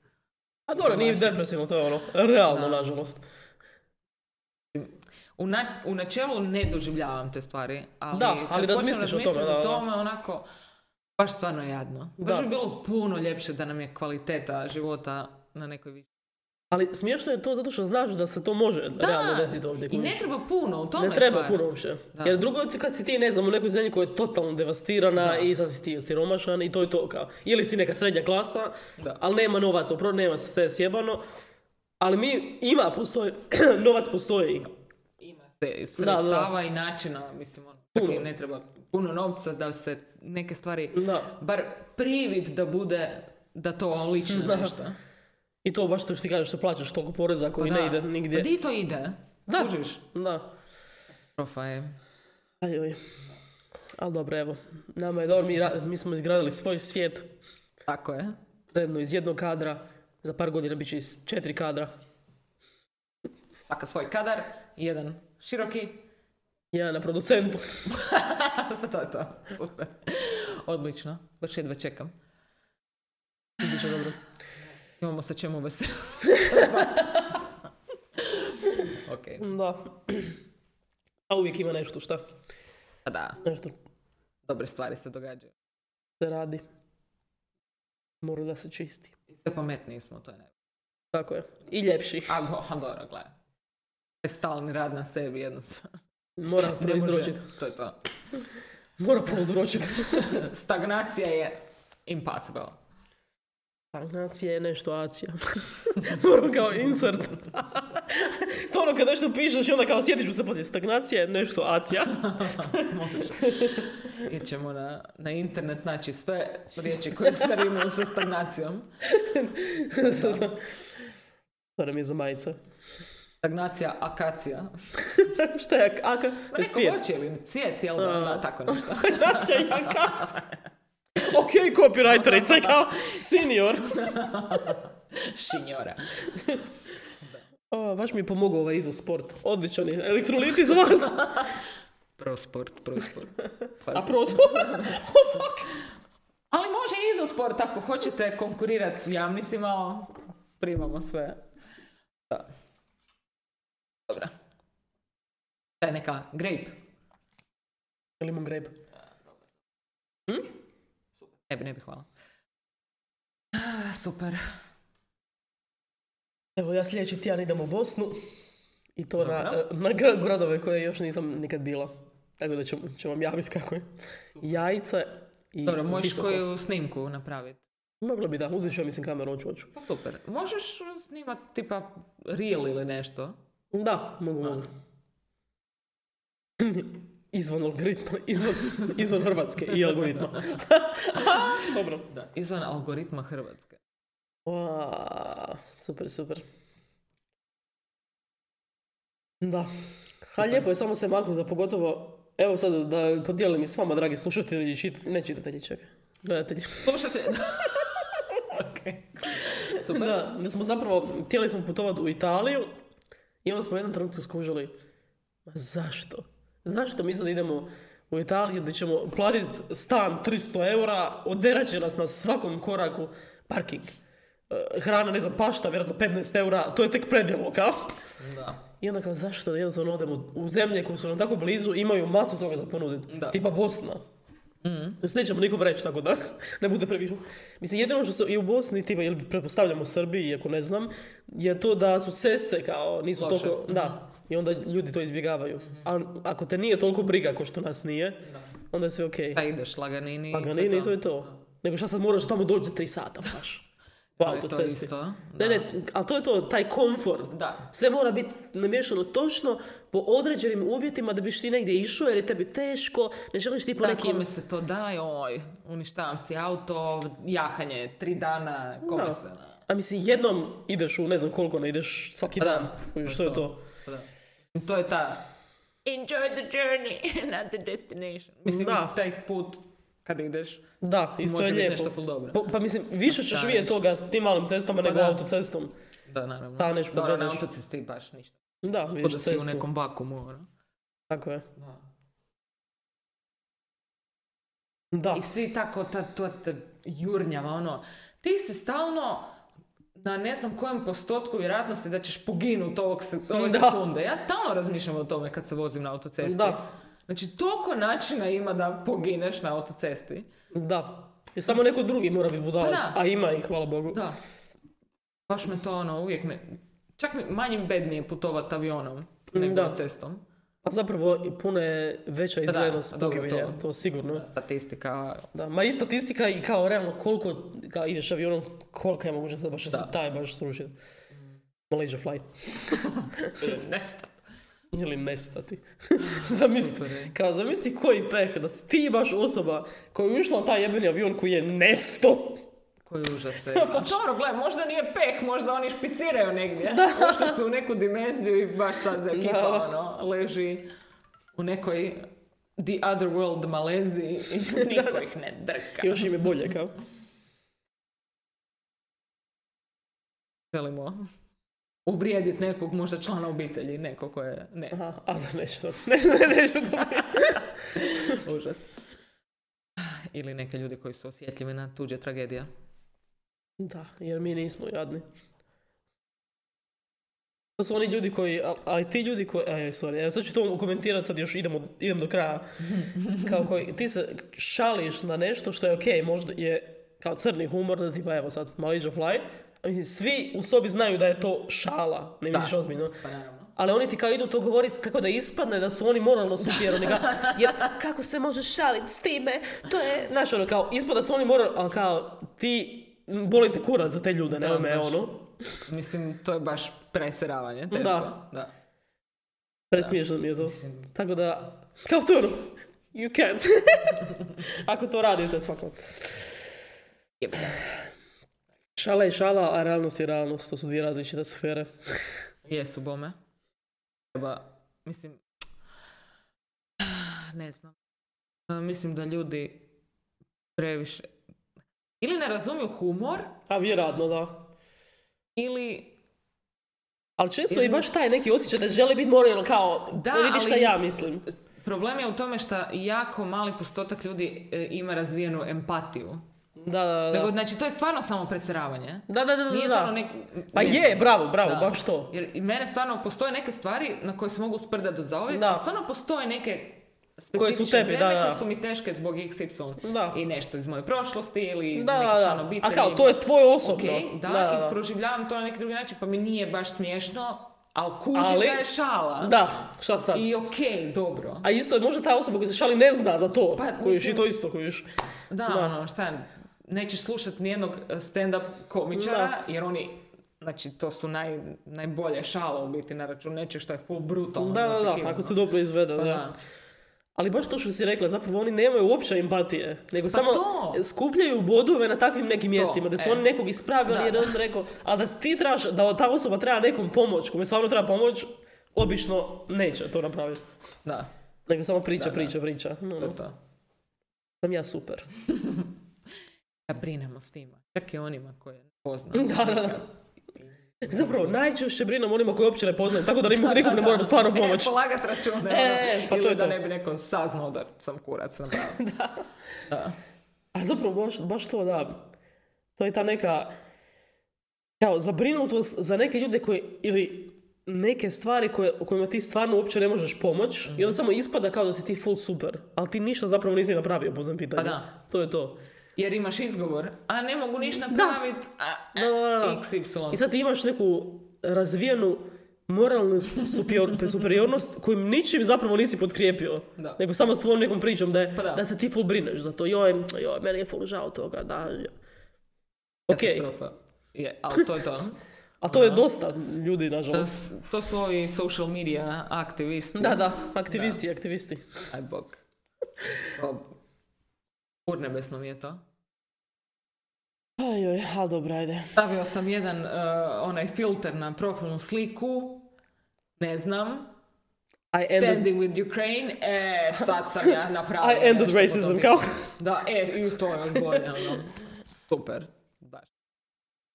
B: A dobro, nije depresivno, to je ono, realno,
C: Da.
B: nažalost.
C: U, na- u načelu ne doživljavam te stvari, ali,
B: Da,
C: kad
B: ali
C: počnem
B: razmisliš o tome,
C: razmišljati
B: da, da.
C: o tome, onako, baš stvarno je jadno. Baš
B: Da.
C: bi bilo puno ljepše da nam je kvaliteta života na nekoj viši.
B: Ali smiješno je to zato što znaš Pa da se to može realno desiti ovdje.
C: I ne
B: kužiš.
C: treba puno, u tome
B: Ne
C: je
B: treba
C: stvar.
B: puno uopće.
C: Da.
B: Jer drugo je ti kad si ti, ne znam, u nekoj zemlji koja je totalno devastirana
C: Da.
B: i sad si ti siromašan i to je to kao. Ili si neka srednja klasa,
C: Da.
B: ali nema novaca, upravo nema sve sjebano. Ali mi ima, postoji, novac postoji.
C: Ima se sredstava
B: Da,
C: i načina, mislim, ono,
B: Puno.
C: čak i ne treba puno novca da se neke stvari,
B: Da.
C: bar privid da bude, da to liči na
B: Da.
C: nešto.
B: I to baš to što ti kažeš, što plaćaš toliko poreza koji
C: Pa
B: ne
C: da.
B: ide
C: Pa
B: nigdje.
C: di to ide?
B: Da.
C: Kužiš?
B: Da.
C: Profa je.
B: Aj, joj. Ali dobro, evo. Nama je dobro, mi, ra- mi smo izgradili svoj svijet.
C: Tako je.
B: Redno iz jednog kadra. Za par godina bit će iz četiri kadra.
C: Svaka svoj kadar, jedan široki,
B: Jedan na producentu.
C: pa to je to. Super. Odlično. Baš jedva čekam.
B: Bit će dobro.
C: Imamo sa čemu veseli. ok.
B: Da. A uvijek ima nešto šta.
C: Pa da,
B: Nešto
C: dobre stvari se događaju.
B: se radi. Mora da se čisti.
C: I sve pametniji smo, to je ne.
B: Tako je. I ljepši.
C: A go, a dobro, gledaj. Taj Stalni rad na sebi jednostavno.
B: Mora
C: Ne može.
B: proizročiti.
C: To je to.
B: Mora prouzročiti.
C: Stagnacija je impossible.
B: Stagnacija je nešto acija. Moram kao insert. to ono kad nešto pišeš i onda kao sjetiš u se poslije stagnacija je nešto acija.
C: Može. Ići ćemo na, na internet naći sve riječi koje se rimuju sa stagnacijom.
B: to nam je za majica.
C: Stagnacija, akacija.
B: Šta je ak- aka?
C: Ma Pa neko
B: Cvijet.
C: voće ili cvijet, jel da? Da, tako nešto.
B: Stagnacija je akacija. ok, copywriterica je kao senior.
C: Šinjora.
B: O, baš mi je pomogao ovaj izosport. Odličan je. Elektroliti za vas.
C: Prosport, prosport.
B: A prosport?
C: Pa Ali može i izosport, ako hoćete konkurirati jamnicima, primamo sve. Da. Dobra. To je neka grape.
B: Limon greb.
C: Ne bi, ne bi, hvala. Ah, Super.
B: Evo, ja sljedeći tjedan idem u Bosnu. I to na, eh,
C: Dobro.
B: na gra- gradove koje još nisam nikad bila. Tako da ću, ću vam javiti kako je. Jajca i
C: Dobro, možeš
B: visoko.
C: koju snimku napraviti.
B: Mogla bi da, uzet ću ja mislim kameru, hoću, hoću.
C: Pa Super. Možeš snimati tipa reel ili nešto.
B: Da, mogu, mogu. izvan algoritma, izvan, izvan Hrvatske i algoritma. Dobro.
C: Da. Izvan algoritma Hrvatske.
B: Wow, super, super. Da. Ha, lijepo je samo se maknuti, da pogotovo, evo sad da podijelim i s vama, dragi slušatelji, i čit, ne čitatelji, čekaj, gledatelji.
C: Slušate. Ok. Super.
B: Da, da smo zapravo, htjeli smo putovati u Italiju i onda smo u jednom trenutku skužili, ma zašto? Zašto mi sad idemo u Italiju gdje ćemo platiti stan 300 eura, oderat će nas na svakom koraku parking. E, Hrana, ne znam, pašta, vjerojatno 15 eura, to je tek predjelo, kao?
C: Da.
B: I onda kao, zašto da jednostavno odemo u zemlje koje su nam tako blizu, imaju masu toga za ponuditi.
C: Da. Mhm.
B: Tipa Bosna. Mislim, nećemo nikom reći, tako da ne bude previše. Mislim, jedino što se i u Bosni, tipa, ili pretpostavljam u Srbiji, iako ne znam, je to da su ceste kao, nisu
C: Loše. Mhm.
B: toliko, da, i onda ljudi to izbjegavaju. A ako te nije toliko briga kao što nas nije, onda je sve okej.
C: Pa ideš laganini. i
B: Pa
C: to
B: ga
C: je
B: nije,
C: to.
B: to je to. Nego šta sad moraš tamo doći za tri sata, baš. Po
C: To je to
B: autocesti.
C: isto,
B: Ne, ne, ali to je to, taj komfort.
C: Da.
B: Sve mora biti namješano točno po određenim uvjetima da biš ti negdje išao jer je tebi teško, ne želiš ti po
C: Da,
B: nekim...
C: kome se to daje, oj, uništavam si auto, jahanje, tri dana, kome
B: Da.
C: se... da.
B: A mislim, jednom ideš u ne znam koliko ne ideš svaki
C: Pa da,
B: dan.
C: to je
B: što je
C: to.
B: to?
C: To je ta... Enjoy the journey, not the destination. Mislim,
B: Da.
C: taj put kad ideš,
B: Da, isto
C: Može
B: je
C: biti
B: lijepo.
C: nešto ful dobro.
B: Pa, pa mislim, više ćeš
C: Staneš.
B: vidjeti toga s tim malim cestama nego
C: Pa da.
B: autocestom.
C: da, naravno.
B: Staneš,
C: Dobro, na
B: pogledaš.
C: autocesti baš ništa.
B: Da,
C: Ko
B: vidiš
C: da si
B: cestu.
C: u nekom vakumu, ono.
B: Tako je.
C: Da.
B: Da,
C: I svi tako, ta, to te jurnjava, ono, ti si stalno na ne znam kojem postotku vjerojatnosti da ćeš poginut ovog se, ove
B: Da.
C: sekunde. Ja stalno razmišljam o tome kad se vozim na autocesti.
B: Da.
C: Znači, toliko načina ima da pogineš na autocesti.
B: Da. I samo neko drugi mora biti budala.
C: Pa da.
B: A ima ih, hvala Bogu.
C: Da. Baš me to ono uvijek me... Čak mi manje bednije putovat avionom nego
B: da.
C: cestom.
B: A zapravo i puno je veća izglednost
C: Pa dobro,
B: pogibelja,
C: to-
B: to sigurno.
C: Statistika...
B: Da, ma i statistika i kao realno koliko kao ideš avionom, kolika je mogućnost da baš
C: Da. Mm.
B: taj baš srušiti. Malaysia flight.
C: Nesta.
B: Ili nestati. zamisli,
C: Super je.
B: kao zamisli koji peh da si ti baš osoba koja je ušla na taj jebeni avion koji je nesto.
C: Koji užas je. Pa dobro, gledaj, možda nije peh, možda oni špiciraju negdje. Možda su u neku dimenziju i baš sad ekipa
B: Da.
C: ono, leži u nekoj the other world Maleziji i niko ih ne drka.
B: Još im je bolje kao.
C: Želimo uvrijediti nekog, možda člana obitelji, neko ko je ne
B: Aha, a da nešto. Ne, ne, nešto to
C: Užas. Ili neke ljudi koji su osjetljivi na tuđe tragedije.
B: Da, jer mi nismo jadni. To su oni ljudi koji, al- ali ti ljudi koji, aj, sorry, evo sad ću to komentirati, sad još idemo, idem do kraja. Kao koji, ti se šališ na nešto što je okej, možda je kao crni humor, da tipa evo sad, Malaysia Fly, a mislim, svi u sobi znaju da je to šala, ne misliš ozbiljno.
C: Pa naravno.
B: Ali oni ti kao idu to govorit tako da ispadne da su oni moralno supjeroni. Jer kako se možeš šaliti s time? To je, znaš, ono kao, ispada su oni moralno, ali kao, ti m, boli te kurac za te ljude, ne me,
C: baš.
B: ono.
C: Mislim, to je baš preseravanje. Teško.
B: Da.
C: da.
B: Presmiješno mi je to.
C: Mislim,
B: Tako da, kao to ono, you can't. Ako to radite, svako.
C: jebe ga.
B: Šala je šala, a realnost je realnost. To su dvije različite sfere.
C: Jesu bome. Treba, mislim, ne znam. E, Mislim da ljudi previše ili ne razumiju humor,
B: A vjerojatno, da.
C: ili
B: Ali često i baš taj neki osjećaj da žele biti moralno kao,
C: Da,
B: da, vidiš šta
C: ali-
B: ja mislim.
C: problem je u tome što jako mali postotak ljudi e, ima razvijenu empatiju.
B: Da, da,
C: Nego,
B: da.
C: znači, to je stvarno samo preseravanje.
B: Da, da, da, da,
C: Nije to
B: da.
C: ono nek...
B: Pa
C: ne-
B: je, bravo, bravo,
C: Da.
B: baš to.
C: Jer i mene stvarno postoje neke stvari na koje se mogu sprdat do zauvijek,
B: Da.
C: ali stvarno postoje neke
B: Koje su
C: specifične
B: tebi, da,
C: teme
B: da.
C: koje su mi teške zbog XY
B: Da.
C: i nešto iz moje prošlosti ili
B: Da,
C: neki član
B: da, da.
C: obitelji.
B: A kao, to je tvoje
C: Ok,
B: osobno.
C: da, i proživljavam to na neki drugi način, pa mi nije baš smiješno, ali kužim
B: Ali-
C: da je šala.
B: Da, šta sad?
C: I ok, dobro.
B: A isto je, možda ta osoba koja se šali ne zna za to.
C: Pa,
B: kojiš
C: mislim-
B: i to isto kojiš.
C: Da,
B: Da.
C: ono, šta je, nećeš slušat nijednog eh, stand-up komičara, jer oni, znači, to su naj, najbolje šale u biti na račun nečeg što je full brutalno.
B: Da, da, da,
C: neočekivano.
B: ako se dobro izvede,
C: Ono, Pa
B: da. Ali baš to što si rekla, zapravo oni nemaju uopće empatije, nego samo
C: Pa to.
B: skupljaju bodove na takvim nekim mjestima, da su
C: e.
B: oni nekog ispravili
C: Da.
B: jer je on rekao, a da ti trebaš, da ta osoba treba nekom pomoć, kome stvarno treba pomoć, obično neće to napraviti.
C: da,
B: Nego samo priča,
C: Da, da.
B: priča, priča. No,
C: to
B: no.
C: je to.
B: Sam ja super.
C: Da brinemo s njima. Čak i onima koje ne poznamo.
B: Da, da, da. Zapravo, najčešće brinem onima koji uopće ne poznaju, tako da nikom, nikom ne moram stvarno pomoć.
C: E, polagat račune.
B: E,
C: ono,
B: pa to
C: ili
B: je
C: da
B: to.
C: ne bi neko saznao da sam kurac napravio.
B: A zapravo, baš, baš to da. To je ta neka, kao, zabrinutost za neke ljude koji, ili neke stvari koje, u kojima ti stvarno uopće ne možeš pomoć
C: Mhm.
B: i onda samo ispada kao da si ti full super, ali ti ništa zapravo nisi napravio po tom pitanju.
C: Pa da.
B: To je to.
C: Jer imaš izgovor. A ne mogu ništa napravit. A, e,
B: Da, da, da.
C: x, y.
B: I sad ti imaš neku razvijenu moralnu superior- superiornost kojim ničim zapravo nisi potkrijepio.
C: Da.
B: Nego samo s tvojom nekom pričom da, je,
C: Pa da.
B: da. se ti full brineš za to. Joj, joj, meni je full žao toga. Da. Ok,
C: Katastrofa. Je, ali to je to.
B: a to je dosta ljudi, nažalost.
C: S- To su ovi social media aktivisti.
B: Da, da, aktivisti, aktivisti.
C: Aj bog. To... Urnebesno mi je to.
B: Aj, joj, a dobro, ajde.
C: Stavio sam jedan eh, onaj filter na profilnu sliku. Ne znam.
B: I ended,
C: Standing with Ukraine. E, sad sam ja napravila.
B: I ended
C: nešto po
B: racism,
C: tom
B: kao.
C: pitanju. Da, e, i to je još bolje. ono. Super. Baš.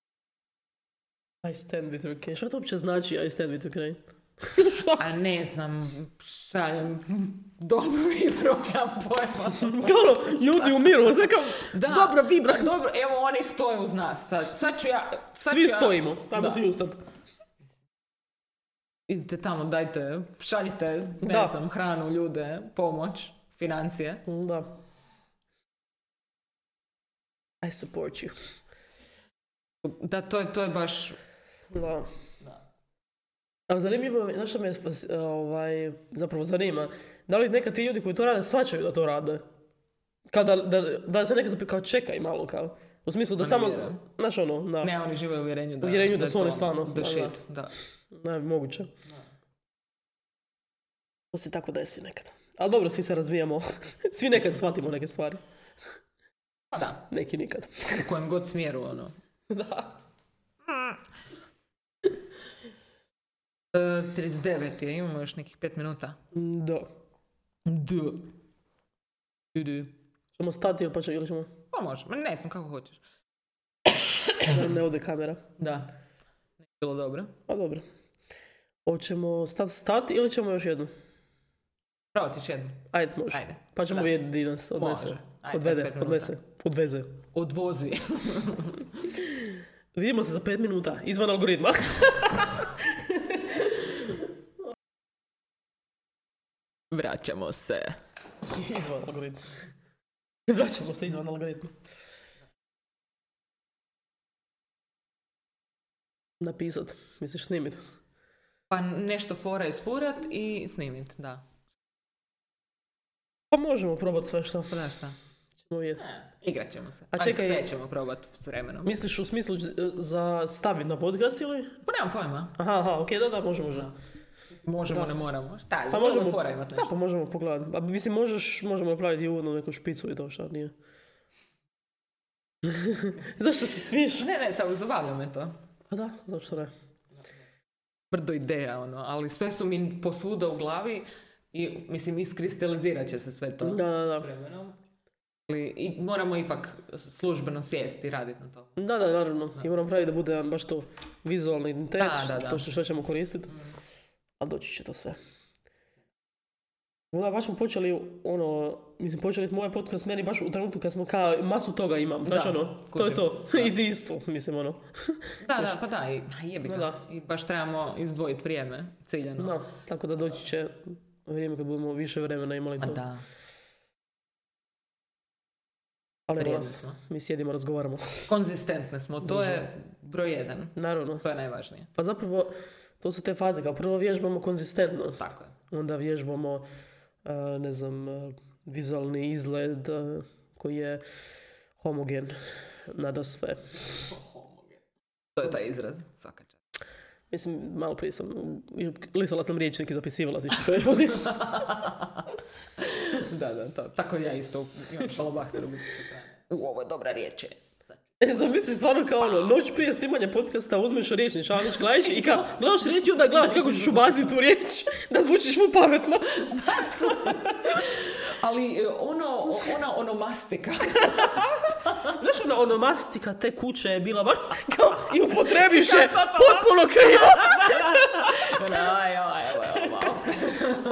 B: I stand with Ukraine. Što to uopće znači I stand with Ukraine? Šta?
C: A ne znam, šaljem dobro i program pojma.
B: Kao ono, ljudi umiru, sve kao,
C: Da.
B: dobra vibra.
C: Dobro, evo oni stoje uz nas sad. Sad ću ja... Sad
B: Svi
C: ću ja-
B: stojimo, tamo
C: Da.
B: svi ustat.
C: Idite tamo, dajte, šaljite, ne
B: Da.
C: znam, hranu, ljude, pomoć, financije.
B: Da. I support you.
C: Da, to je, to je baš...
B: Da.
C: Da.
B: Ali zanimljivo, mi je, znaš što me spas- ovaj, zapravo zanima, da li nekad ti ljudi koji to rade shvaćaju da to rade? Kao da, da, da se nekad zapi- kao čekaj malo, kao. U smislu da
C: ne
B: samo,
C: vjerujem.
B: znaš ono, da,
C: Ne, oni žive u uvjerenju da...
B: U uvjerenju da
C: je
B: su oni
C: to
B: stvarno, da,
C: The
B: da.
C: shit, da.
B: ne, moguće. To se tako desi nekad. Ali dobro, svi se razvijamo, svi nekad shvatimo neke stvari,
C: Pa Da,
B: neki nikad.
C: u kojem god smjeru, ono.
B: da.
C: E, 39 je, imamo još nekih 5 minuta.
B: Da.
C: Da. Idu.
B: Ćemo stati ili pa će, ili ćemo,
C: Pa može, ma ne znam kako hoćeš.
B: da ne ode kamera.
C: Da. Bilo dobro.
B: Pa dobro. Hoćemo stati stat ili ćemo još jednu?
C: Pravo ti jednu.
B: Ajde, može.
C: Ajde.
B: Pa ćemo
C: Da.
B: vidjeti di nas odnese.
C: Može. Ajde,
B: Odvede,
C: 25 minuta.
B: odnese. Odveze.
C: Odvozi.
B: Vidimo se za 5 minuta, izvan algoritma.
C: Vraćamo se.
B: izvan algoritma. Vraćamo se izvan algoritma. Napisat, misliš snimit.
C: Pa nešto fora isfurat i snimit, da.
B: Pa možemo probati sve što
C: Pa da šta?
B: ćemo vidjeti.
C: E. Igrat ćemo se.
B: A
C: Pa
B: čekaj-
C: sve ćemo probat s vremenom.
B: Misliš u smislu z- za stavit na podcast ili?
C: Pa nemam pojma.
B: Aha, aha, okej, da, da, može, može.
C: Možemo,
B: Da.
C: ne moramo. Šta je?
B: Pa možemo,
C: fora imat
B: da,
C: nešto.
B: pa možemo pogledati. Pa, mislim, možeš, možemo napraviti i uvodno neku špicu i to šta nije. zašto se smiješ?
C: Ne, ne, to, zabavlja me to.
B: Pa da, zašto ne?
C: Brdo ideja, ono, ali sve su mi posvuda u glavi i, mislim, iskristalizirat će se sve to.
B: Da, da, da.
C: S vremenom. Ali i moramo ipak službeno sjesti i raditi na to.
B: Da, da, naravno. I moram praviti da bude jedan baš to vizualni identitet,
C: Da, da, da.
B: to što, što ćemo koristiti. A doći će to sve. Da, baš smo počeli, ono, mislim, počeli smo ovaj podcast meni baš u trenutku kad smo kao, masu toga imam, znači
C: Da,
B: ono, to
C: kužim.
B: je to, i ti isto, mislim, ono.
C: Da, da, pa da, i a jebi ga.
B: No, da.
C: I baš trebamo izdvojiti vrijeme ciljano.
B: Da, tako da doći će vrijeme kad budemo više vremena imali
C: A
B: to.
C: da,
B: Ali evo
C: vrijedni
B: nas,
C: smo.
B: mi sjedimo, razgovaramo.
C: Konzistentne smo, to
B: Duže.
C: je broj jedan.
B: Naravno.
C: To je najvažnije.
B: Pa zapravo, to su te faze, kao prvo vježbamo konzistentnost.
C: Tako je.
B: onda vježbamo eh, ne znam eh, vizualni izgled eh, koji je homogen nada sve
C: To je taj izraz. Svaka čast.
B: mislim malo prije sam listala sam rječnik i zapisivala si što još poziv
C: Da, da, to. Tako ja isto imam šalobahter u biti sa strane. U, ovo je dobra riječ. je. Sad.
B: E, zamisli stvarno kao ono noć prije snimanja podcasta uzmeš rječnik šalniš glajiš i kao gledaš riječ i onda gledaš kako ćeš ubaciti tu riječ da zvučiš mu pametno
C: Ali e, ono, o- ona onomastika.
B: znaš ona onomastika te kuće je bila baš kao i upotrebiš je
C: pa,
B: potpuno krivo
C: aj,
B: oh,
C: aj, aj, aj,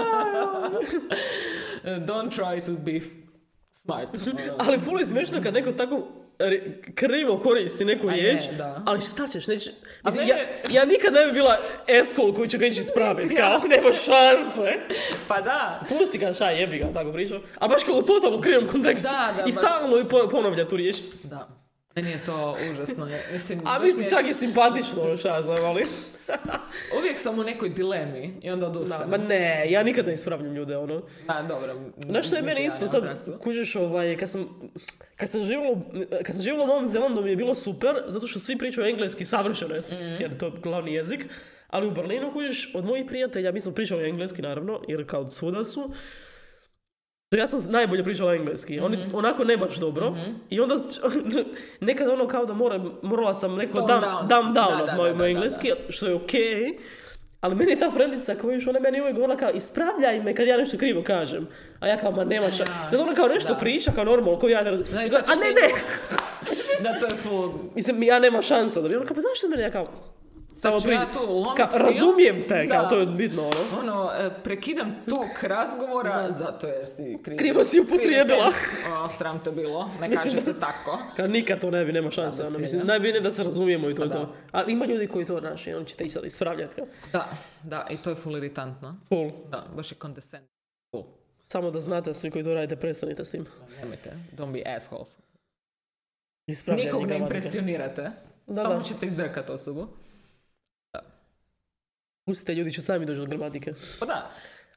C: aj. Don't try to be smart.
B: Ali full je smiješno kad neko tako re- krivo koristi neku
C: ne,
B: riječ,
C: da.
B: ali šta ćeš, neće... Mislim,
C: meni
B: ja,
C: je-
B: ja nikad ne bi bila eskol koju će ga ići ispraviti, kao, nema šanse.
C: Pa da.
B: Pusti ga, šta jebi ga, tako pričao. A baš kao u totalno krivom kontekstu.
C: Da, da,
B: I
C: baš.
B: stalno i po- ponavlja tu riječ.
C: Da. Meni je to užasno. je- Mislim,
B: A
C: baš mi
B: mislim,
C: je-
B: čak je simpatično, ono, šta ja znam, ali...
C: Uvijek sam u nekoj dilemi i onda
B: Da,
C: odustanem.
B: ma ne, ja nikad ne ispravljam ljude, ono.
C: Da, dobro.
B: Znaš što je meni isto sad, kužiš ovaj, kad sam, kad sam živjela, u- kad sam živjela u Novom Zelandu mi je bilo super, zato što svi pričaju engleski savršeno, je,
C: Mhm.
B: jer to je glavni jezik, ali u Berlinu kužiš, od mojih prijatelja, mi smo pričali engleski naravno, jer kao svuda su, ja sam najbolje pričala engleski, oni
C: Mhm.
B: onako ne baš dobro, i onda č- nekad ono kao da moram, morala sam neko
C: Tone
B: dam down,
C: down.
B: dam down
C: Da,
B: od
C: da,
B: moj,
C: da,
B: moj
C: da,
B: engleski, što je okej, ali meni je ta frendica koja još ona meni uvijek govorila kao ispravljaj me kad ja nešto krivo kažem. A ja kao, ma nema ša. Sad ona kao nešto
C: da.
B: priča kao normalno, kao ja ne razumijem.
C: Da, i
B: Ja
C: sad
B: kao, A
C: ćeš
B: ne,
C: ti-
B: ne,
C: Da, to je full...
B: mislim ja nema šansa da bi ona kao, pa zašto mene ja kao, Samo
C: ću
B: pri-
C: ja tu lomit
B: Ka-
C: film.
B: razumijem te, kao
C: Da.
B: to je bitno ono.
C: Ono, e, prekidam tok razgovora zato jer si krivo,
B: Krivo si upotrijebila.
C: O, sram te bilo, ne
B: Mislim
C: kaže
B: da-
C: se tako.
B: Kao nikad to ne bi, nema šanse.
C: Da,
B: Ono,
C: mislim,
B: mislim,
C: da.
B: najbitnije je da se razumijemo i to je
C: Pa
B: to.
C: da.
B: Ali ima ljudi koji to znaš, i oni će te ići sad ispravljati. Kao,
C: Da, da, i to je ful iritantno.
B: full.
C: Da, baš je condescending. Ful.
B: Samo da znate, svi koji to radite, prestanite s tim.
C: Nemojte, don't be assholes.
B: Ispravljanje
C: Nikog ne
B: gramatike.
C: impresionirate.
B: Da,
C: Samo
B: da.
C: ćete izdrkat osobu.
B: Pustite, ljudi će sami doći do gramatike.
C: Pa da,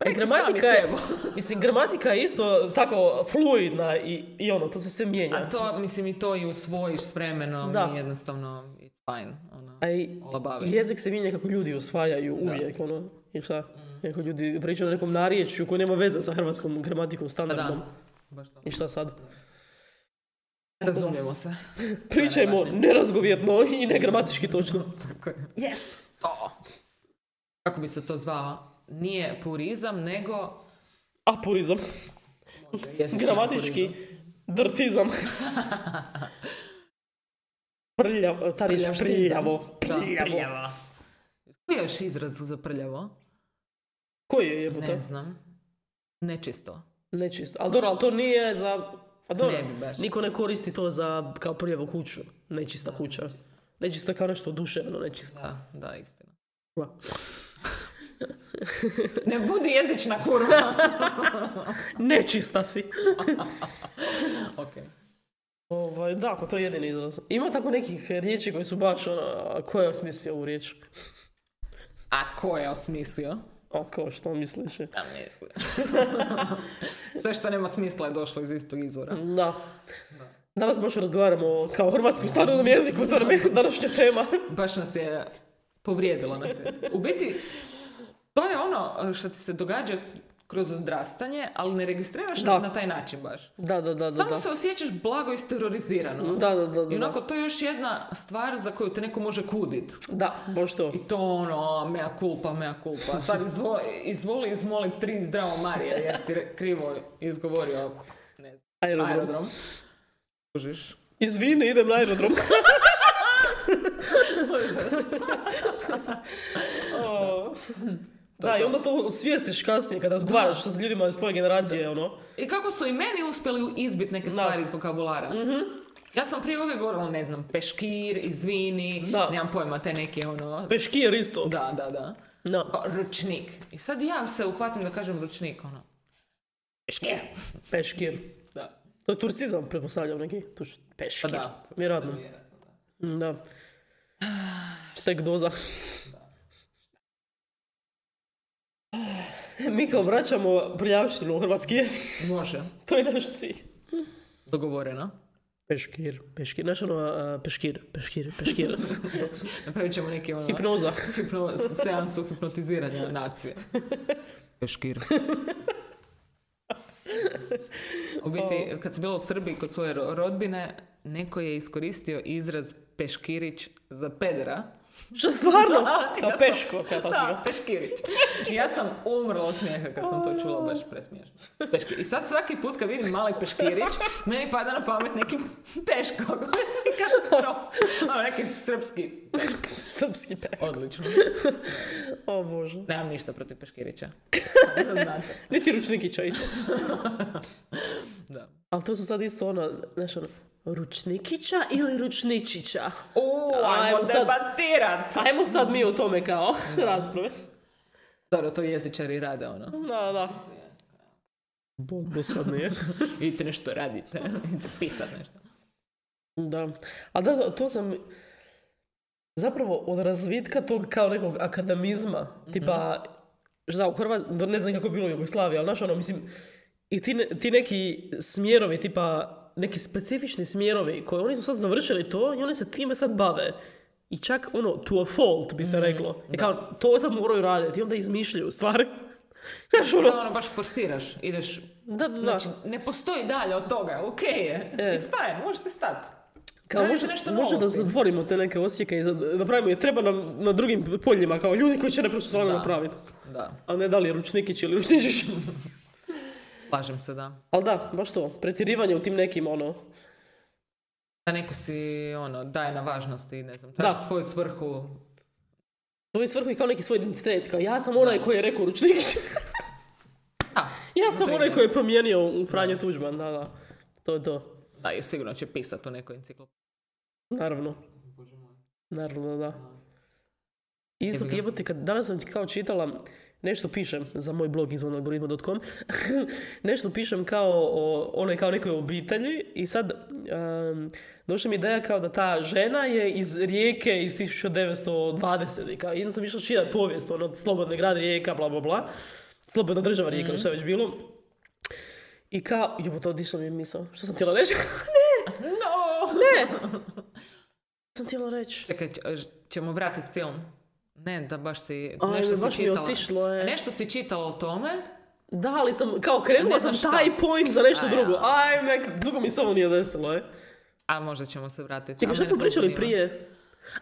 B: I
C: reci sami
B: gramatika je,
C: sebi.
B: mislim, gramatika je isto tako fluidna i, i ono, to se sve mijenja.
C: A to, mislim, i to i usvojiš s vremenom
B: Da.
C: i jednostavno, it's fine. Ono.
B: A i
C: Ola bavi.
B: jezik se mijenja kako ljudi usvajaju uvijek, ono, i šta?
C: Mm.
B: Kako ljudi pričaju na nekom narječju koji nema veze sa hrvatskom gramatikom
C: Pa
B: standardnom.
C: da, baš to.
B: I šta sad?
C: Razumijemo se.
B: Pričajmo nerazgovjetno i negramatički točno.
C: Tako je.
B: Yes!
C: To. Kako bi se to zvao? Nije purizam, nego...
B: Apurizam.
C: Može, jezični
B: Gramatički
C: purizam.
B: drtizam. Prljavo, ta riječ
C: Prljavštizam.
B: prljavo.
C: Da,
B: Prljavo.
C: prljava. Koji je još izraz za prljavo?
B: Koji je jebote?
C: Ne znam. Nečisto.
B: Nečisto. Ali dobro, ali to nije za... A dobro,
C: Ne bi baš.
B: niko ne koristi to za kao prljavu kuću. Nečista kuća. Nečista je kao nešto duševno, nečista.
C: Da, da, istina.
B: Kurva.
C: Ne budi jezična kurva.
B: Nečista si.
C: ok.
B: Ovaj, da, pa to je jedini izraz. Ima tako nekih riječi koje su baš ono, a ko je osmislio ovu riječ?
C: A ko je osmislio?
B: A ko, što misliš?
C: Ja mislim. Sve što nema smisla je došlo iz istog izvora.
B: Da. Danas baš razgovaramo o kao hrvatskom standardnom jeziku, to nam je današnja tema.
C: Baš nas je povrijedilo nas je. U biti, to je ono što ti se događa kroz odrastanje, ali ne registriraš
B: Da.
C: na taj način baš.
B: Da, da, da, da.
C: Samo
B: da.
C: se osjećaš blago isterorizirano.
B: Da, da, da, da.
C: I onako, to je još jedna stvar za koju te neko može kudit.
B: Da, baš to.
C: I to ono, mea culpa, mea culpa. Sad izvoli, izvoli izmoli tri zdravo Marija, jer si re- krivo izgovorio ne, znam,
B: Aerodrom.
C: aerodrom. Kužiš.
B: Izvini, idem na aerodrom. O. Da, i onda to osvijestiš kasnije kada razgovaraš sa ljudima iz tvoje generacije, ono.
C: I kako su i meni uspjeli izbit neke stvari iz vokabulara. Ja sam prije uvijek govorila, ne znam, peškir, izvini,
B: Da.
C: nemam pojma, te neke ono...
B: Peškir isto.
C: Da, da, da.
B: Da.
C: Kao ručnik. I sad ja se uhvatim da kažem ručnik, ono. Peškir.
B: Peškir.
C: Da.
B: To je turcizam, pretpostavljam neki. Tuš, peškir.
C: Pa da.
B: Vjerojatno. Mm, Da. Štek doza. Mi kao vraćamo prljavštinu u hrvatski jezik.
C: Može.
B: To je naš cilj.
C: Dogovoreno.
B: Peškir, peškir, znaš ono, a, peškir, peškir, peškir.
C: Napravit ćemo neki ono...
B: Hipnoza.
C: hipno, seansu hipnotiziranja nacije. Peškir. U biti, kad sam bila u Srbiji kod svoje ro- rodbine, neko je iskoristio izraz peškirić za pedera.
B: Što stvarno?
C: Da,
B: Kao
C: ja sam-
B: peško, kao ta
C: Da,
B: zbiga.
C: peškirić. Ja sam umrla od smijeha kad sam to čula, baš presmiješno. Peškir. I sad svaki put kad vidim mali peškirić, meni pada na pamet neki peško. Katastrofa. Ono, neki srpski.
B: Srpski peško.
C: Odlično.
B: O bože.
C: Nemam ništa protiv Peškirića. Samo da znate.
B: Niti ručnikića isto.
C: Da.
B: Ali to su sad isto ono, znaš ono, ručnikića ili ručničića?
C: U,
B: ajmo
C: ajmo
B: sad-
C: debatirat.
B: Ajmo sad mi o tome kao rasprave.
C: Dobro, to jezičari rade, ono.
B: Da, da. Bog do sad nije.
C: Idite nešto radite, idite pisat nešto.
B: Da. A da, da, to sam... Zapravo od razvitka tog kao nekog akademizma, tipa, šta, u Hrvatskoj, ne znam kako je bilo u Jugoslaviji, ali znaš ono, mislim, i ti, ne- ti neki smjerovi, tipa, neki specifični smjerovi koji oni su sad završili to i oni se time sad bave. I čak ono, to a fault bi se reklo. I kao, to sad moraju raditi i onda izmišljaju stvari. Znaš
C: Da,
B: ono,
C: ono, baš forsiraš, ideš...
B: da, da, da.
C: Znači, ne postoji dalje od toga, okej je. It's fine, možete stati.
B: Kao
C: Radite
B: može,
C: nešto
B: može
C: novo
B: da
C: s tim.
B: zatvorimo te neke osjeke i za- napravimo je treba nam na drugim poljima kao ljudi koji će ne proći stvarno
C: Da.
B: napraviti.
C: Da,
B: A ne da li je ručnikić ili ručničić.
C: slažem se, da.
B: Ali da, baš to, pretjerivanje u tim nekim ono.
C: Da neko si, ono, daje na važnosti, ne znam, traži
B: Da.
C: svoju svrhu
B: svoju svrhu i kao neki svoj identitet. Kao ja sam onaj koji je rekao ručnić.
C: Da,
B: ja sam
C: da,
B: onaj
C: da.
B: koji je promijenio u Franjo Tuđman, da, da. To je to.
C: Da, i sigurno će pisati u nekoj enciklopediji.
B: Naravno.
C: Bože moj.
B: Naravno, da. Isto
C: Jebi ga.
B: jebote, kad danas sam kao čitala, nešto pišem za moj blog izvan algoritma.com, nešto pišem kao o onoj kao nekoj obitelji i sad um, došla mi ideja kao da ta žena je iz Rijeke iz 1920. I, kao, I onda sam išla čitat povijest, ono, slobodni grad Rijeka, bla, bla, bla. Slobodna država Rijeka, ili šta je već bilo. I kao, jebote, odišla mi je misao. Što sam htjela reći?
C: No!
B: ne! Što sam htjela reći?
C: Čekaj, ć- ćemo vratiti film. Ne, da baš si
B: Ajme,
C: nešto
B: baš
C: si
B: mi je
C: čitala.
B: otišlo, e. je.
C: Nešto si čitala o tome.
B: Da, ali sam, kao krenula
C: Ne
B: sam
C: znam šta.
B: taj point za nešto
C: A, ja.
B: drugo. Ajme, kak- dugo mi se ovo nije desilo, e. je.
C: A možda ćemo se vratiti.
B: Čekaj,
C: A
B: šta
C: mene
B: smo
C: to
B: pričali
C: zanima.
B: prije?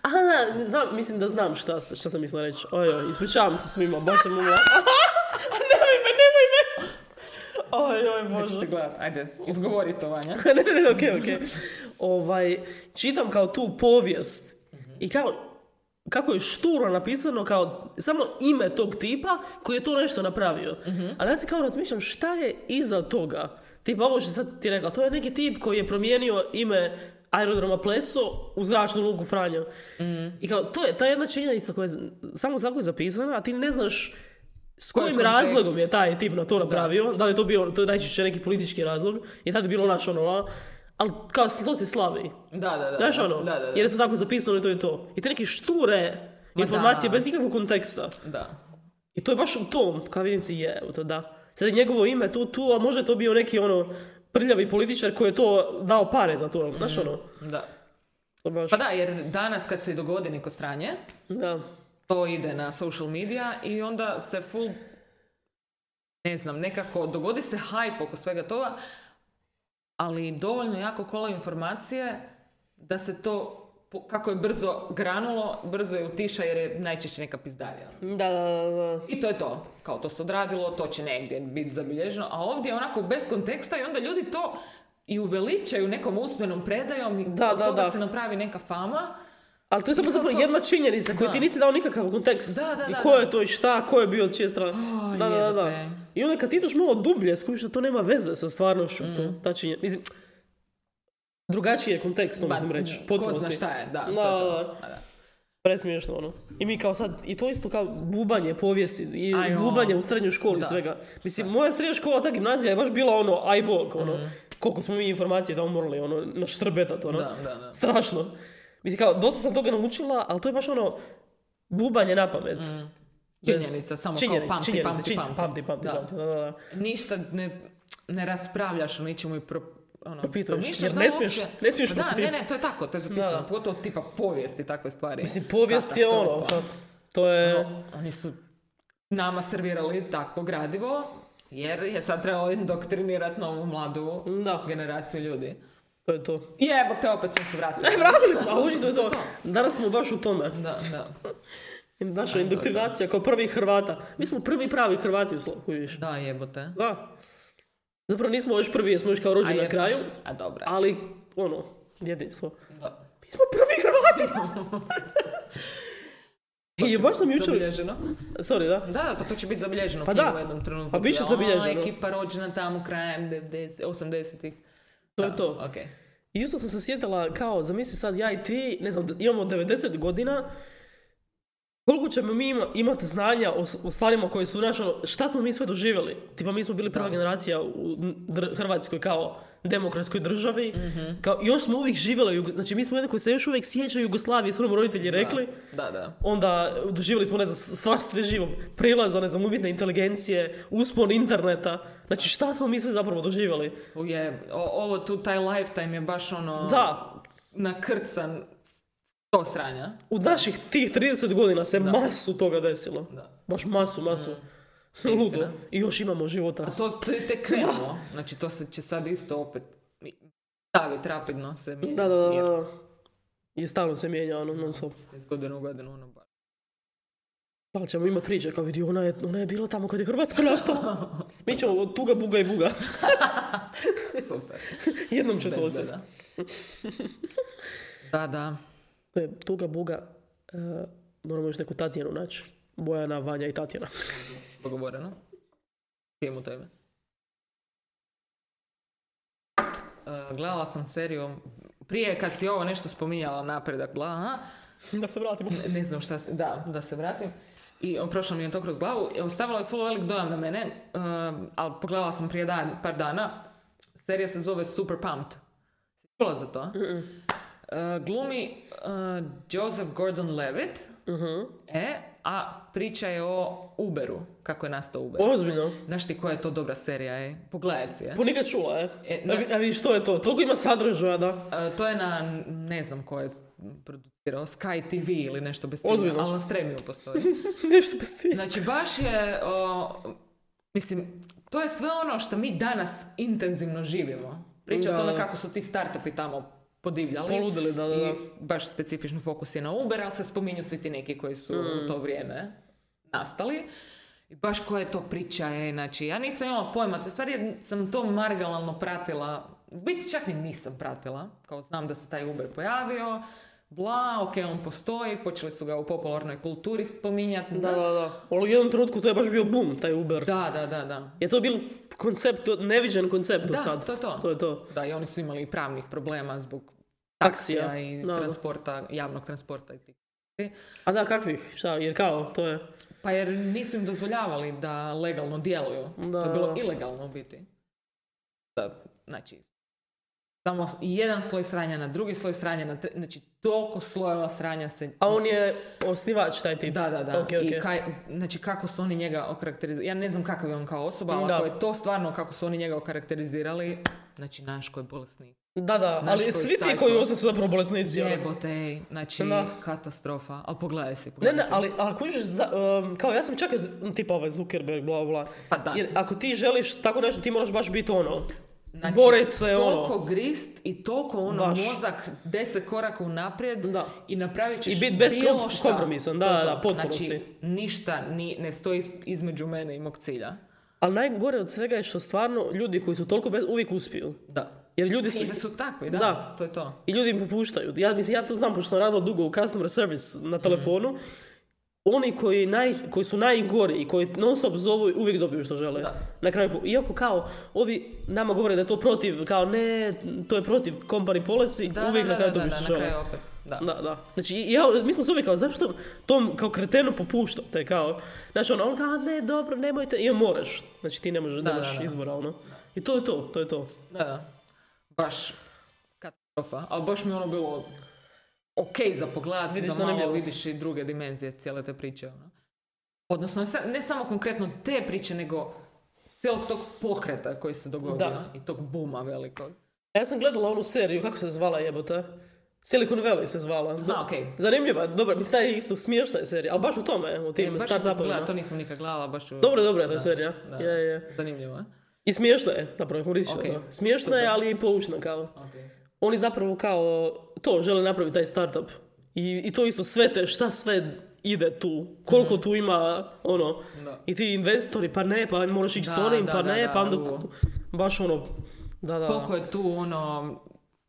B: A, ne znam, mislim da znam šta, s- šta sam mislila reći. Ojoj, ispričavam se svima, baš sam umla. nemoj me, nemoj me! Ojoj, bože.
C: Možete gledat, ajde, izgovori to Vanja.
B: ne, ne, ne, okej, okej. Ovaj, čitam kao tu povijest i kao, kako je šturo napisano kao samo ime tog tipa koji je to nešto napravio. Ali ja se kao razmišljam šta je iza toga. Tipa ovo što sad ti rekao, to je neki tip koji je promijenio ime aerodroma Pleso u zračnu luku Franjo. I kao, to je ta jedna činjenica koja je z- samo tako je zapisana, a ti ne znaš s
C: Koji
B: kojim
C: kontekst?
B: razlogom je taj tip na to napravio, da, li je to bio, to je najčešće neki politički razlog, jer tad je bilo naš ono, a, ali kao to se slavi,
C: Da, da, da.
B: znaš
C: da.
B: ono,
C: Da, da, da.
B: jer je to tako zapisano i to je to. I te neke šture informacije
C: da.
B: bez ikakvog konteksta.
C: Da.
B: I to je baš u tom, kao vidim si je, to da. Sad je njegovo ime tu, tu, a možda je to bio neki ono prljavi političar koji je to dao pare za to, znaš ono,
C: Da.
B: to baš,
C: Mm. Pa da, jer danas kad se dogodi neko sranje,
B: da.
C: to ide na social media i onda se full ne znam, nekako dogodi se hype oko svega toga, ali dovoljno jako kola informacije da se to po- kako je brzo granulo, brzo je utiša jer je najčešće neka pizdarija.
B: Da, da, da.
C: I to je to. Kao to se odradilo, to će negdje biti zabilježeno, a ovdje je onako bez konteksta i onda ljudi to i uveličaju nekom usmenom predajom i
B: Da,
C: od
B: da,
C: toga
B: da.
C: se napravi neka fama.
B: Ali to je samo zapravo
C: to-
B: jedna činjenica koju
C: Da.
B: ti nisi dao nikakav kontekst.
C: Da, da,
B: I
C: da,
B: ko
C: da.
B: je to i šta, ko je bio od čije strane.
C: Aj,
B: da, da, da, da.
C: jebote.
B: I onda kad ti ideš malo dublje, skužiš da to nema veze sa stvarnošću.
C: Mm.
B: To, ta činjenica. Mislim, drugačiji je kontekst, to
C: Ba,
B: mislim Pa reći.
C: Pa Ko
B: Potpuno
C: zna šta je, da.
B: Da,
C: to je to.
B: da, da.
C: A, da.
B: Presmiješno ono. I mi kao sad, i to isto kao bubanje povijesti i
C: Aj, o.
B: bubanje u srednjoj školi
C: Da.
B: svega. Mislim, moja srednja škola, ta gimnazija je baš bila ono, aj bog, ono,
C: Mhm.
B: koliko smo mi informacije tamo morali, ono, na štrbetat, ono.
C: Da, da, da.
B: Strašno. Mislim, kao, dosta sam toga naučila, ali to je baš ono, bubanje na pamet. Bez-
C: Mhm. Činjenica, samo
B: činjenice,
C: kao pamti,
B: činjenice,
C: pamti,
B: činjenice,
C: pamti.
B: pamti, pamti,
C: Da.
B: pamti, da, da, da.
C: Ništa ne, ne raspravljaš o ničemu i pro, ono,
B: Propituješ,
C: promišljaš
B: jer
C: da
B: ne
C: li
B: smiješ-
C: uopće-
B: ne smiješ
C: Pa Da, ne,
B: propitat.
C: ne, to je tako, to je zapisano.
B: Da.
C: Pogotovo tipa povijest i takve stvari.
B: Mislim, povijest je ono,
C: Katastrofa.
B: šta- to je...
C: No, oni su nama servirali takvo gradivo, jer je sad trebalo indoktrinirati novu mladu
B: Da.
C: generaciju ljudi.
B: To je to.
C: Jebote, opet smo se E, vratili.
B: Vratili smo, a užite u to.
C: To.
B: Danas smo baš u tome.
C: Da, da,
B: Naša indoktrinacija kao prvi Hrvata. Mi smo prvi pravi Hrvati u Sloveniji.
C: da, jebote.
B: Da. Zapravo nismo još prvi, jer smo još kao rođeni na
C: jer-
B: kraju,
C: A dobro.
B: ali ono, jedinstvo.
C: da.
B: Mi smo prvi Hrvati! I
C: Pa
B: je baš sam jučer...
C: Zabilježeno.
B: Sorry, da.
C: Da, da, pa to će biti zabilježeno
B: Pa
C: knjigu
B: da.
C: u jednom trenutku.
B: Pa bit će
C: A,
B: zabilježeno.
C: Ekipa rođena tamo krajem 90 80-ih.
B: To je to.
C: Ok.
B: I isto sam se sjetila kao, zamisli sad ja i ti, ne znam, imamo 90 godina, koliko ćemo mi ima- imati znanja o, s- o stvarima koje su naš, ono, šta smo mi sve doživjeli? Tipa mi smo bili prva generacija u dr- Hrvatskoj kao demokratskoj državi, kao još smo uvijek živjeli, u Jugo- znači mi smo jedni koji se još uvijek sjeća Jugoslavije, su nam roditelji rekli,
C: Da, da.
B: onda doživjeli smo, ne znam, sva sve živo, prilaza, ne znam, umjetne inteligencije, uspon interneta, znači šta smo mi sve zapravo doživjeli?
C: Ujeb, o- ovo tu, taj lifetime je baš ono...
B: Da,
C: Nakrcan to sranja.
B: u naših tih 30 godina se masu toga desilo.
C: Da.
B: Baš masu, masu. Ludo. I još imamo života.
C: A to to je tek krenulo. Znači to se će sad isto opet mi- staviti rapidno se mijenja.
B: Da, da, da,
C: smjer
B: da. I stalno se mijenja, ono, non stop.
C: iz godine u godinu, ono baš.
B: Da li ćemo imati priče, kao vidi, ona je, ona je bila tamo kad je Hrvatska nastala. Mi ćemo od tuga, buga i buga.
C: Super.
B: Jednom će to
C: Bez
B: ostati.
C: beda. Da, da.
B: To je tuga, buga, e, Moramo još neku Tatjanu naći. Bojana, Vanja i Tatjana.
C: Dogovoreno. Pijemo to ime. E, gledala sam seriju, prije kad si ovo nešto spominjala napredak, bla, aha,
B: da se vratimo.
C: ne- ne znam šta, si- da, da se vratim. I on, prošlo mi je to kroz glavu, i ostavila je full velik dojam na mene, um, ali pogledala sam prije dan, par dana, serija se zove Super Pumped. Čula za to? a? E, glumi uh, Joseph Gordon-Levitt, e, a priča je o Uberu, kako je nastao Uber.
B: Ozbiljno.
C: Znaš ti koja je to dobra serija, ej? Pogledaj si je.
B: Ponikad čula, je.
C: E,
B: A vi- A vidiš, što je to? Toliko ima sadržaja, da.
C: E, to je na, ne znam ko je producirao, Sky TV ili nešto bez cilja,
B: Ozbiljno?
C: ali na stremiju postoji.
B: Nešto bez cilja.
C: Znači, baš je, o, mislim, to je sve ono što mi danas intenzivno živimo. Priča o
B: Da,
C: tome
B: da.
C: kako su ti startupi tamo podivljali.
B: Poludili, da, da, da.
C: I baš specifični fokus je na Uber, ali se spominju svi ti neki koji su
B: Mm.
C: u to vrijeme nastali. I baš koja je to priča, je, znači, ja nisam imala pojma, te stvari jer sam to marginalno pratila, u biti čak ni nisam pratila, kao znam da se taj Uber pojavio, bla, ok, on postoji, počeli su ga u popularnoj kulturi spominjati,
B: Da, da, da. Ali u jednom trenutku to je baš bio boom, taj Uber.
C: da, da, da, da.
B: Je to bil koncept, neviđen koncept do
C: Da,
B: sad.
C: to je to.
B: To je to.
C: Da, i oni su imali i pravnih problema zbog
B: Taksija.
C: taksija i
B: Da, da.
C: transporta, javnog transporta i tih.
B: A da, kakvih? Šta, jer kao, to je.
C: Pa jer nisu im dozvoljavali da legalno djeluju.
B: Da.
C: To je bilo ilegalno u biti. Da, znači, samo jedan sloj sranja na drugi sloj sranja na tre... Znači, toliko slojeva sranja se...
B: A on je osnivač taj tip.
C: Da, da, da.
B: Okej, okej.
C: I kaj, znači, kako su oni njega okarakterizirali. Ja ne znam kakav je on kao osoba, ali
B: Da.
C: ako je to stvarno kako su oni njega okarakterizirali, znači, naš koji je bolesnik.
B: Da, da,
C: Znaš
B: ali
C: koji
B: svi ti
C: psycho.
B: koji ostaju su zapravo bolesnici. ono.
C: Jebote, ej, znači,
B: Da.
C: katastrofa. Ali pogledaj si,
B: Ne,
C: pogledaj
B: ne,
C: si.
B: ali, ali kužiš, za- um, kao ja sam čak z- tipa ovaj Zuckerberg, bla, bla.
C: Pa da.
B: Jer ako ti želiš tako nešto, ti moraš baš biti ono,
C: Znači,
B: borec se
C: toliko
B: ono.
C: grist i toliko ono
B: Baš.
C: mozak deset koraka unaprijed
B: Da.
C: i napravit ćeš
B: I bit bez
C: bilo
B: kom-
C: šta.
B: kompromisan, da,
C: To,
B: da,
C: to.
B: da, potpunosti.
C: Znači, ništa ni, ne stoji između mene i mog cilja.
B: Ali najgore od svega je što stvarno ljudi koji su toliko bez, uvijek uspiju.
C: Da.
B: Jer ljudi su...
C: I da su takvi, da.
B: Da.
C: To je to.
B: I ljudi im popuštaju. Ja, mislim, ja to znam, pošto sam radila dugo u customer service na
C: Mhm.
B: telefonu. Oni koji, naj, koji su najgori i koji non stop zovu uvijek dobiju što žele.
C: Da.
B: Na kraju, po- iako kao ovi nama govore da je to protiv, kao ne, to je protiv company policy,
C: Da,
B: uvijek
C: da,
B: na
C: da,
B: kraju
C: da,
B: dobiju
C: da,
B: što
C: na
B: žele.
C: kraju opet. Da.
B: Da, da. Znači, i- ja, mi smo se uvijek kao, zašto tom kao kretenu popuštate, kao, znači ono, on kao, "A, ne, dobro, nemojte, i on moraš, znači ti ne možeš, nemaš
C: da, da.
B: izbora, ono. I to je to, to je to.
C: Da, da. Baš katastrofa. Ali baš mi je ono bilo ok za pogledati
B: Vidiš,
C: da malo
B: zanimljivo.
C: vidiš i druge dimenzije cijele te priče. Ono. Odnosno, ne sa- ne samo konkretno te priče, nego cijelog tog pokreta koji se dogodio
B: Da.
C: i tog buma velikog.
B: A Ja sam gledala onu seriju, kako se zvala jebote? Silicon Valley se zvala. Do-
C: Ha, okej.
B: Zanimljiva, dobra, mislim, ta je isto smiješna je serija, ali baš u tome, u tim
C: E, baš nisam gledala,
B: start-upovima.
C: to nisam nikad gledala, baš... u-
B: Dobro, dobra je ta
C: Da,
B: serija.
C: da.
B: Je, je.
C: Zanimljivo, a?
B: I smiješna je, zapravo, humoristična.
C: Ok.
B: da. Smiješna je, ali i poučna kao. Oni zapravo kao to žele napraviti taj startup. I, I to isto sve te, šta sve ide tu, koliko tu ima, ono,
C: Mhm. Da.
B: i ti investori, pa ne, pa moraš ići s
C: Da,
B: onim,
C: da,
B: pa
C: da,
B: ne,
C: da,
B: pa onda,
C: u-
B: baš ono, da, da.
C: Koliko je tu ono...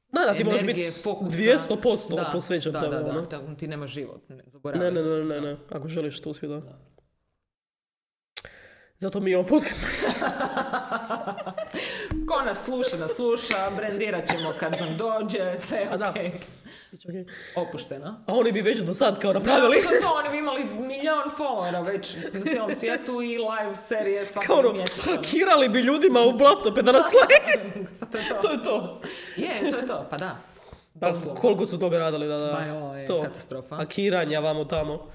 B: Da, da, ti moraš biti
C: energije, fokusa.
B: 200%
C: Da,
B: posvećen
C: da,
B: tome,
C: da,
B: ono.
C: da, da, ti nemaš život, ne,
B: Ne,
C: zaboravi.
B: ne, ne, ne, ne, ako želiš to uspjeti, da. Zato mi imamo podcast.
C: Ko nas sluša, nas sluša, brendirat ćemo kad nam dođe, sve je
B: A da.
C: okej.
B: Čekaj.
C: Opušteno.
B: A oni bi već do sad kao napravili.
C: Da, to je to, oni bi imali milion followera već na cijelom svijetu i live serije
B: Kao
C: svakog
B: ono,
C: mjeseca.
B: hakirali bi ljudima u laptope da nas slede.
C: Pa to je to.
B: To je to.
C: Je, to je to, pa da.
B: Da,
C: Doslovno.
B: koliko su toga radili, da, da.
C: Ma joj,
B: Pa, to.
C: katastrofa.
B: Hakiranja vamo tamo.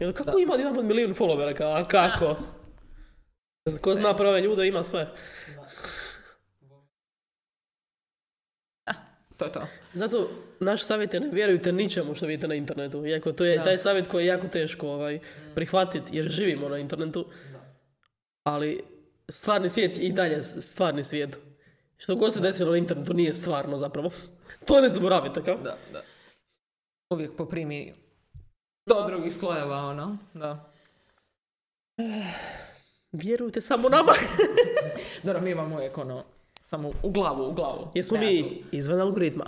B: Jel, kako ima jedan pod milijun followera, kao, a kako? Ko zna
C: E.
B: prave ljude, ima sve.
C: To je to.
B: Zato naš savjet je ne vjerujte ničemu što vidite na internetu. Iako to je
C: Da.
B: taj savjet koji je jako teško ovaj, prihvatiti jer živimo na internetu. Ali stvarni svijet je i dalje s- stvarni svijet. Što god se desilo na internetu nije stvarno zapravo. To ne zaboravite kao.
C: Da, da. Uvijek poprimi do drugih slojeva, ono. Da.
B: Vjerujte samo nama.
C: Dobro, mi imamo uvijek ono, samo u glavu, u glavu.
B: Jesmo
C: Ne,
B: mi izvan algoritma.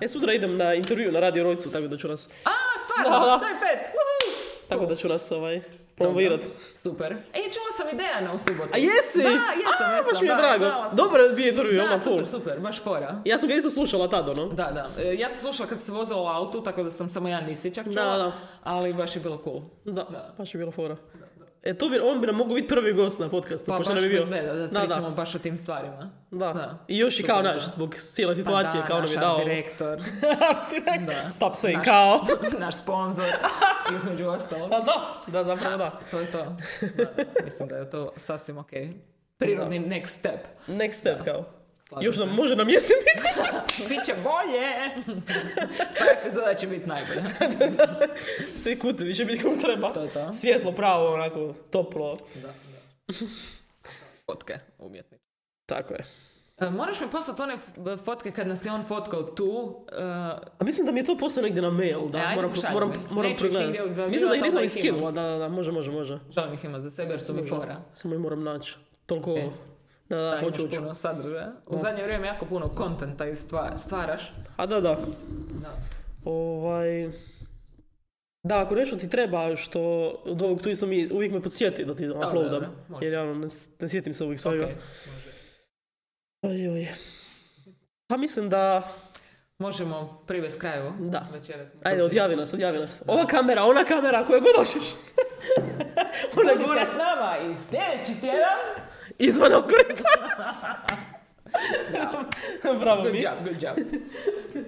B: E, sutra idem na intervju na Radio Rojcu, tako da ću nas,
C: A, stvarno,
B: Da, da.
C: daj pet. Uhu.
B: tako da ću nas ovaj,
C: Dobro.
B: promovirat.
C: Super. E, čula sam i Dejana u subotu.
B: A jesi?
C: Da, jesam,
B: A,
C: jesam.
B: baš mi je
C: da,
B: drago.
C: dala sam.
B: Dobro je bio intervju,
C: Da,
B: ono,
C: super,
B: full.
C: super, baš fora.
B: Ja sam ga isto slušala tad, ono.
C: Da, da. E, Ja sam slušala kad se vozila u autu, tako da sam samo ja nisi čak čula,
B: Da, da.
C: ali baš je bilo cool. Pa
B: Da, baš je bila fora. E, to bi, on bi nam mogao biti prvi gost na podcastu,
C: Pa
B: pošto
C: baš
B: nam je bio.
C: bez veda da
B: da,
C: pričamo baš o tim stvarima.
B: da.
C: Da.
B: I još i
C: Super,
B: kao
C: da.
B: naš, zbog cijele
C: Pa
B: situacije,
C: da,
B: kao nam
C: naš
B: je dao.
C: direktor, Da.
B: Stop saying
C: Naš-
B: kao.
C: naš sponzor, između ostalog.
B: Pa da, da, zapravo da.
C: To je to. Da, da. Mislim da je to sasvim ok. Prirodni next step.
B: Next step, kao.
C: Slažem
B: Još
C: se.
B: nam može namjestiti.
C: Biće bolje! Ta epizoda će biti najbolja.
B: Svi kutevi će biti kako treba.
C: To je to.
B: Svjetlo, pravo, onako, toplo.
C: Da, da. Fotke umjetni.
B: Tako je.
C: E, Moraš mi poslati one f- fotke kad nas je on fotkao tu. e,
B: A mislim da mi je to poslao negdje na mail, da,
C: E, ajde,
B: moram,
C: pošalji
B: moram,
C: mi.
B: moram
C: Neću ih
B: progledati.
C: nigdje objavljivati,
B: Mislim da ih nisam
C: ali
B: ni
C: ih imam.
B: skinula, da, da, da, može, može, može.
C: Želim ih ima za sebe jer su mi fora.
B: Samo ih moram naći. Toliko,
C: E.
B: da, da,
C: Da,
B: hoću,
C: imaš
B: hoću.
C: puno sadržaja. U zadnje vrijeme jako puno kontenta i stva- stvaraš.
B: A da, da.
C: Da.
B: Ovaj... Da, ako nešto ti treba što od ovog tu isto mi uvijek me podsjeti da ti uploadam.
C: dobro, može.
B: jer ja ono ne, s- ne sjetim se uvijek svega.
C: Ok.
B: Oj, oj. Pa mislim da...
C: Možemo privest kraju
B: Da.
C: večeras.
B: Ajde, odjavi nas, odjavi nas. Ova kamera, ona kamera, koja god hoćeš. ona
C: Budite
B: gore,
C: s nama i sljedeći tjedan.
B: izvan okreta.
C: Da.
B: Bravo
C: Good
B: mi.
C: job, good job.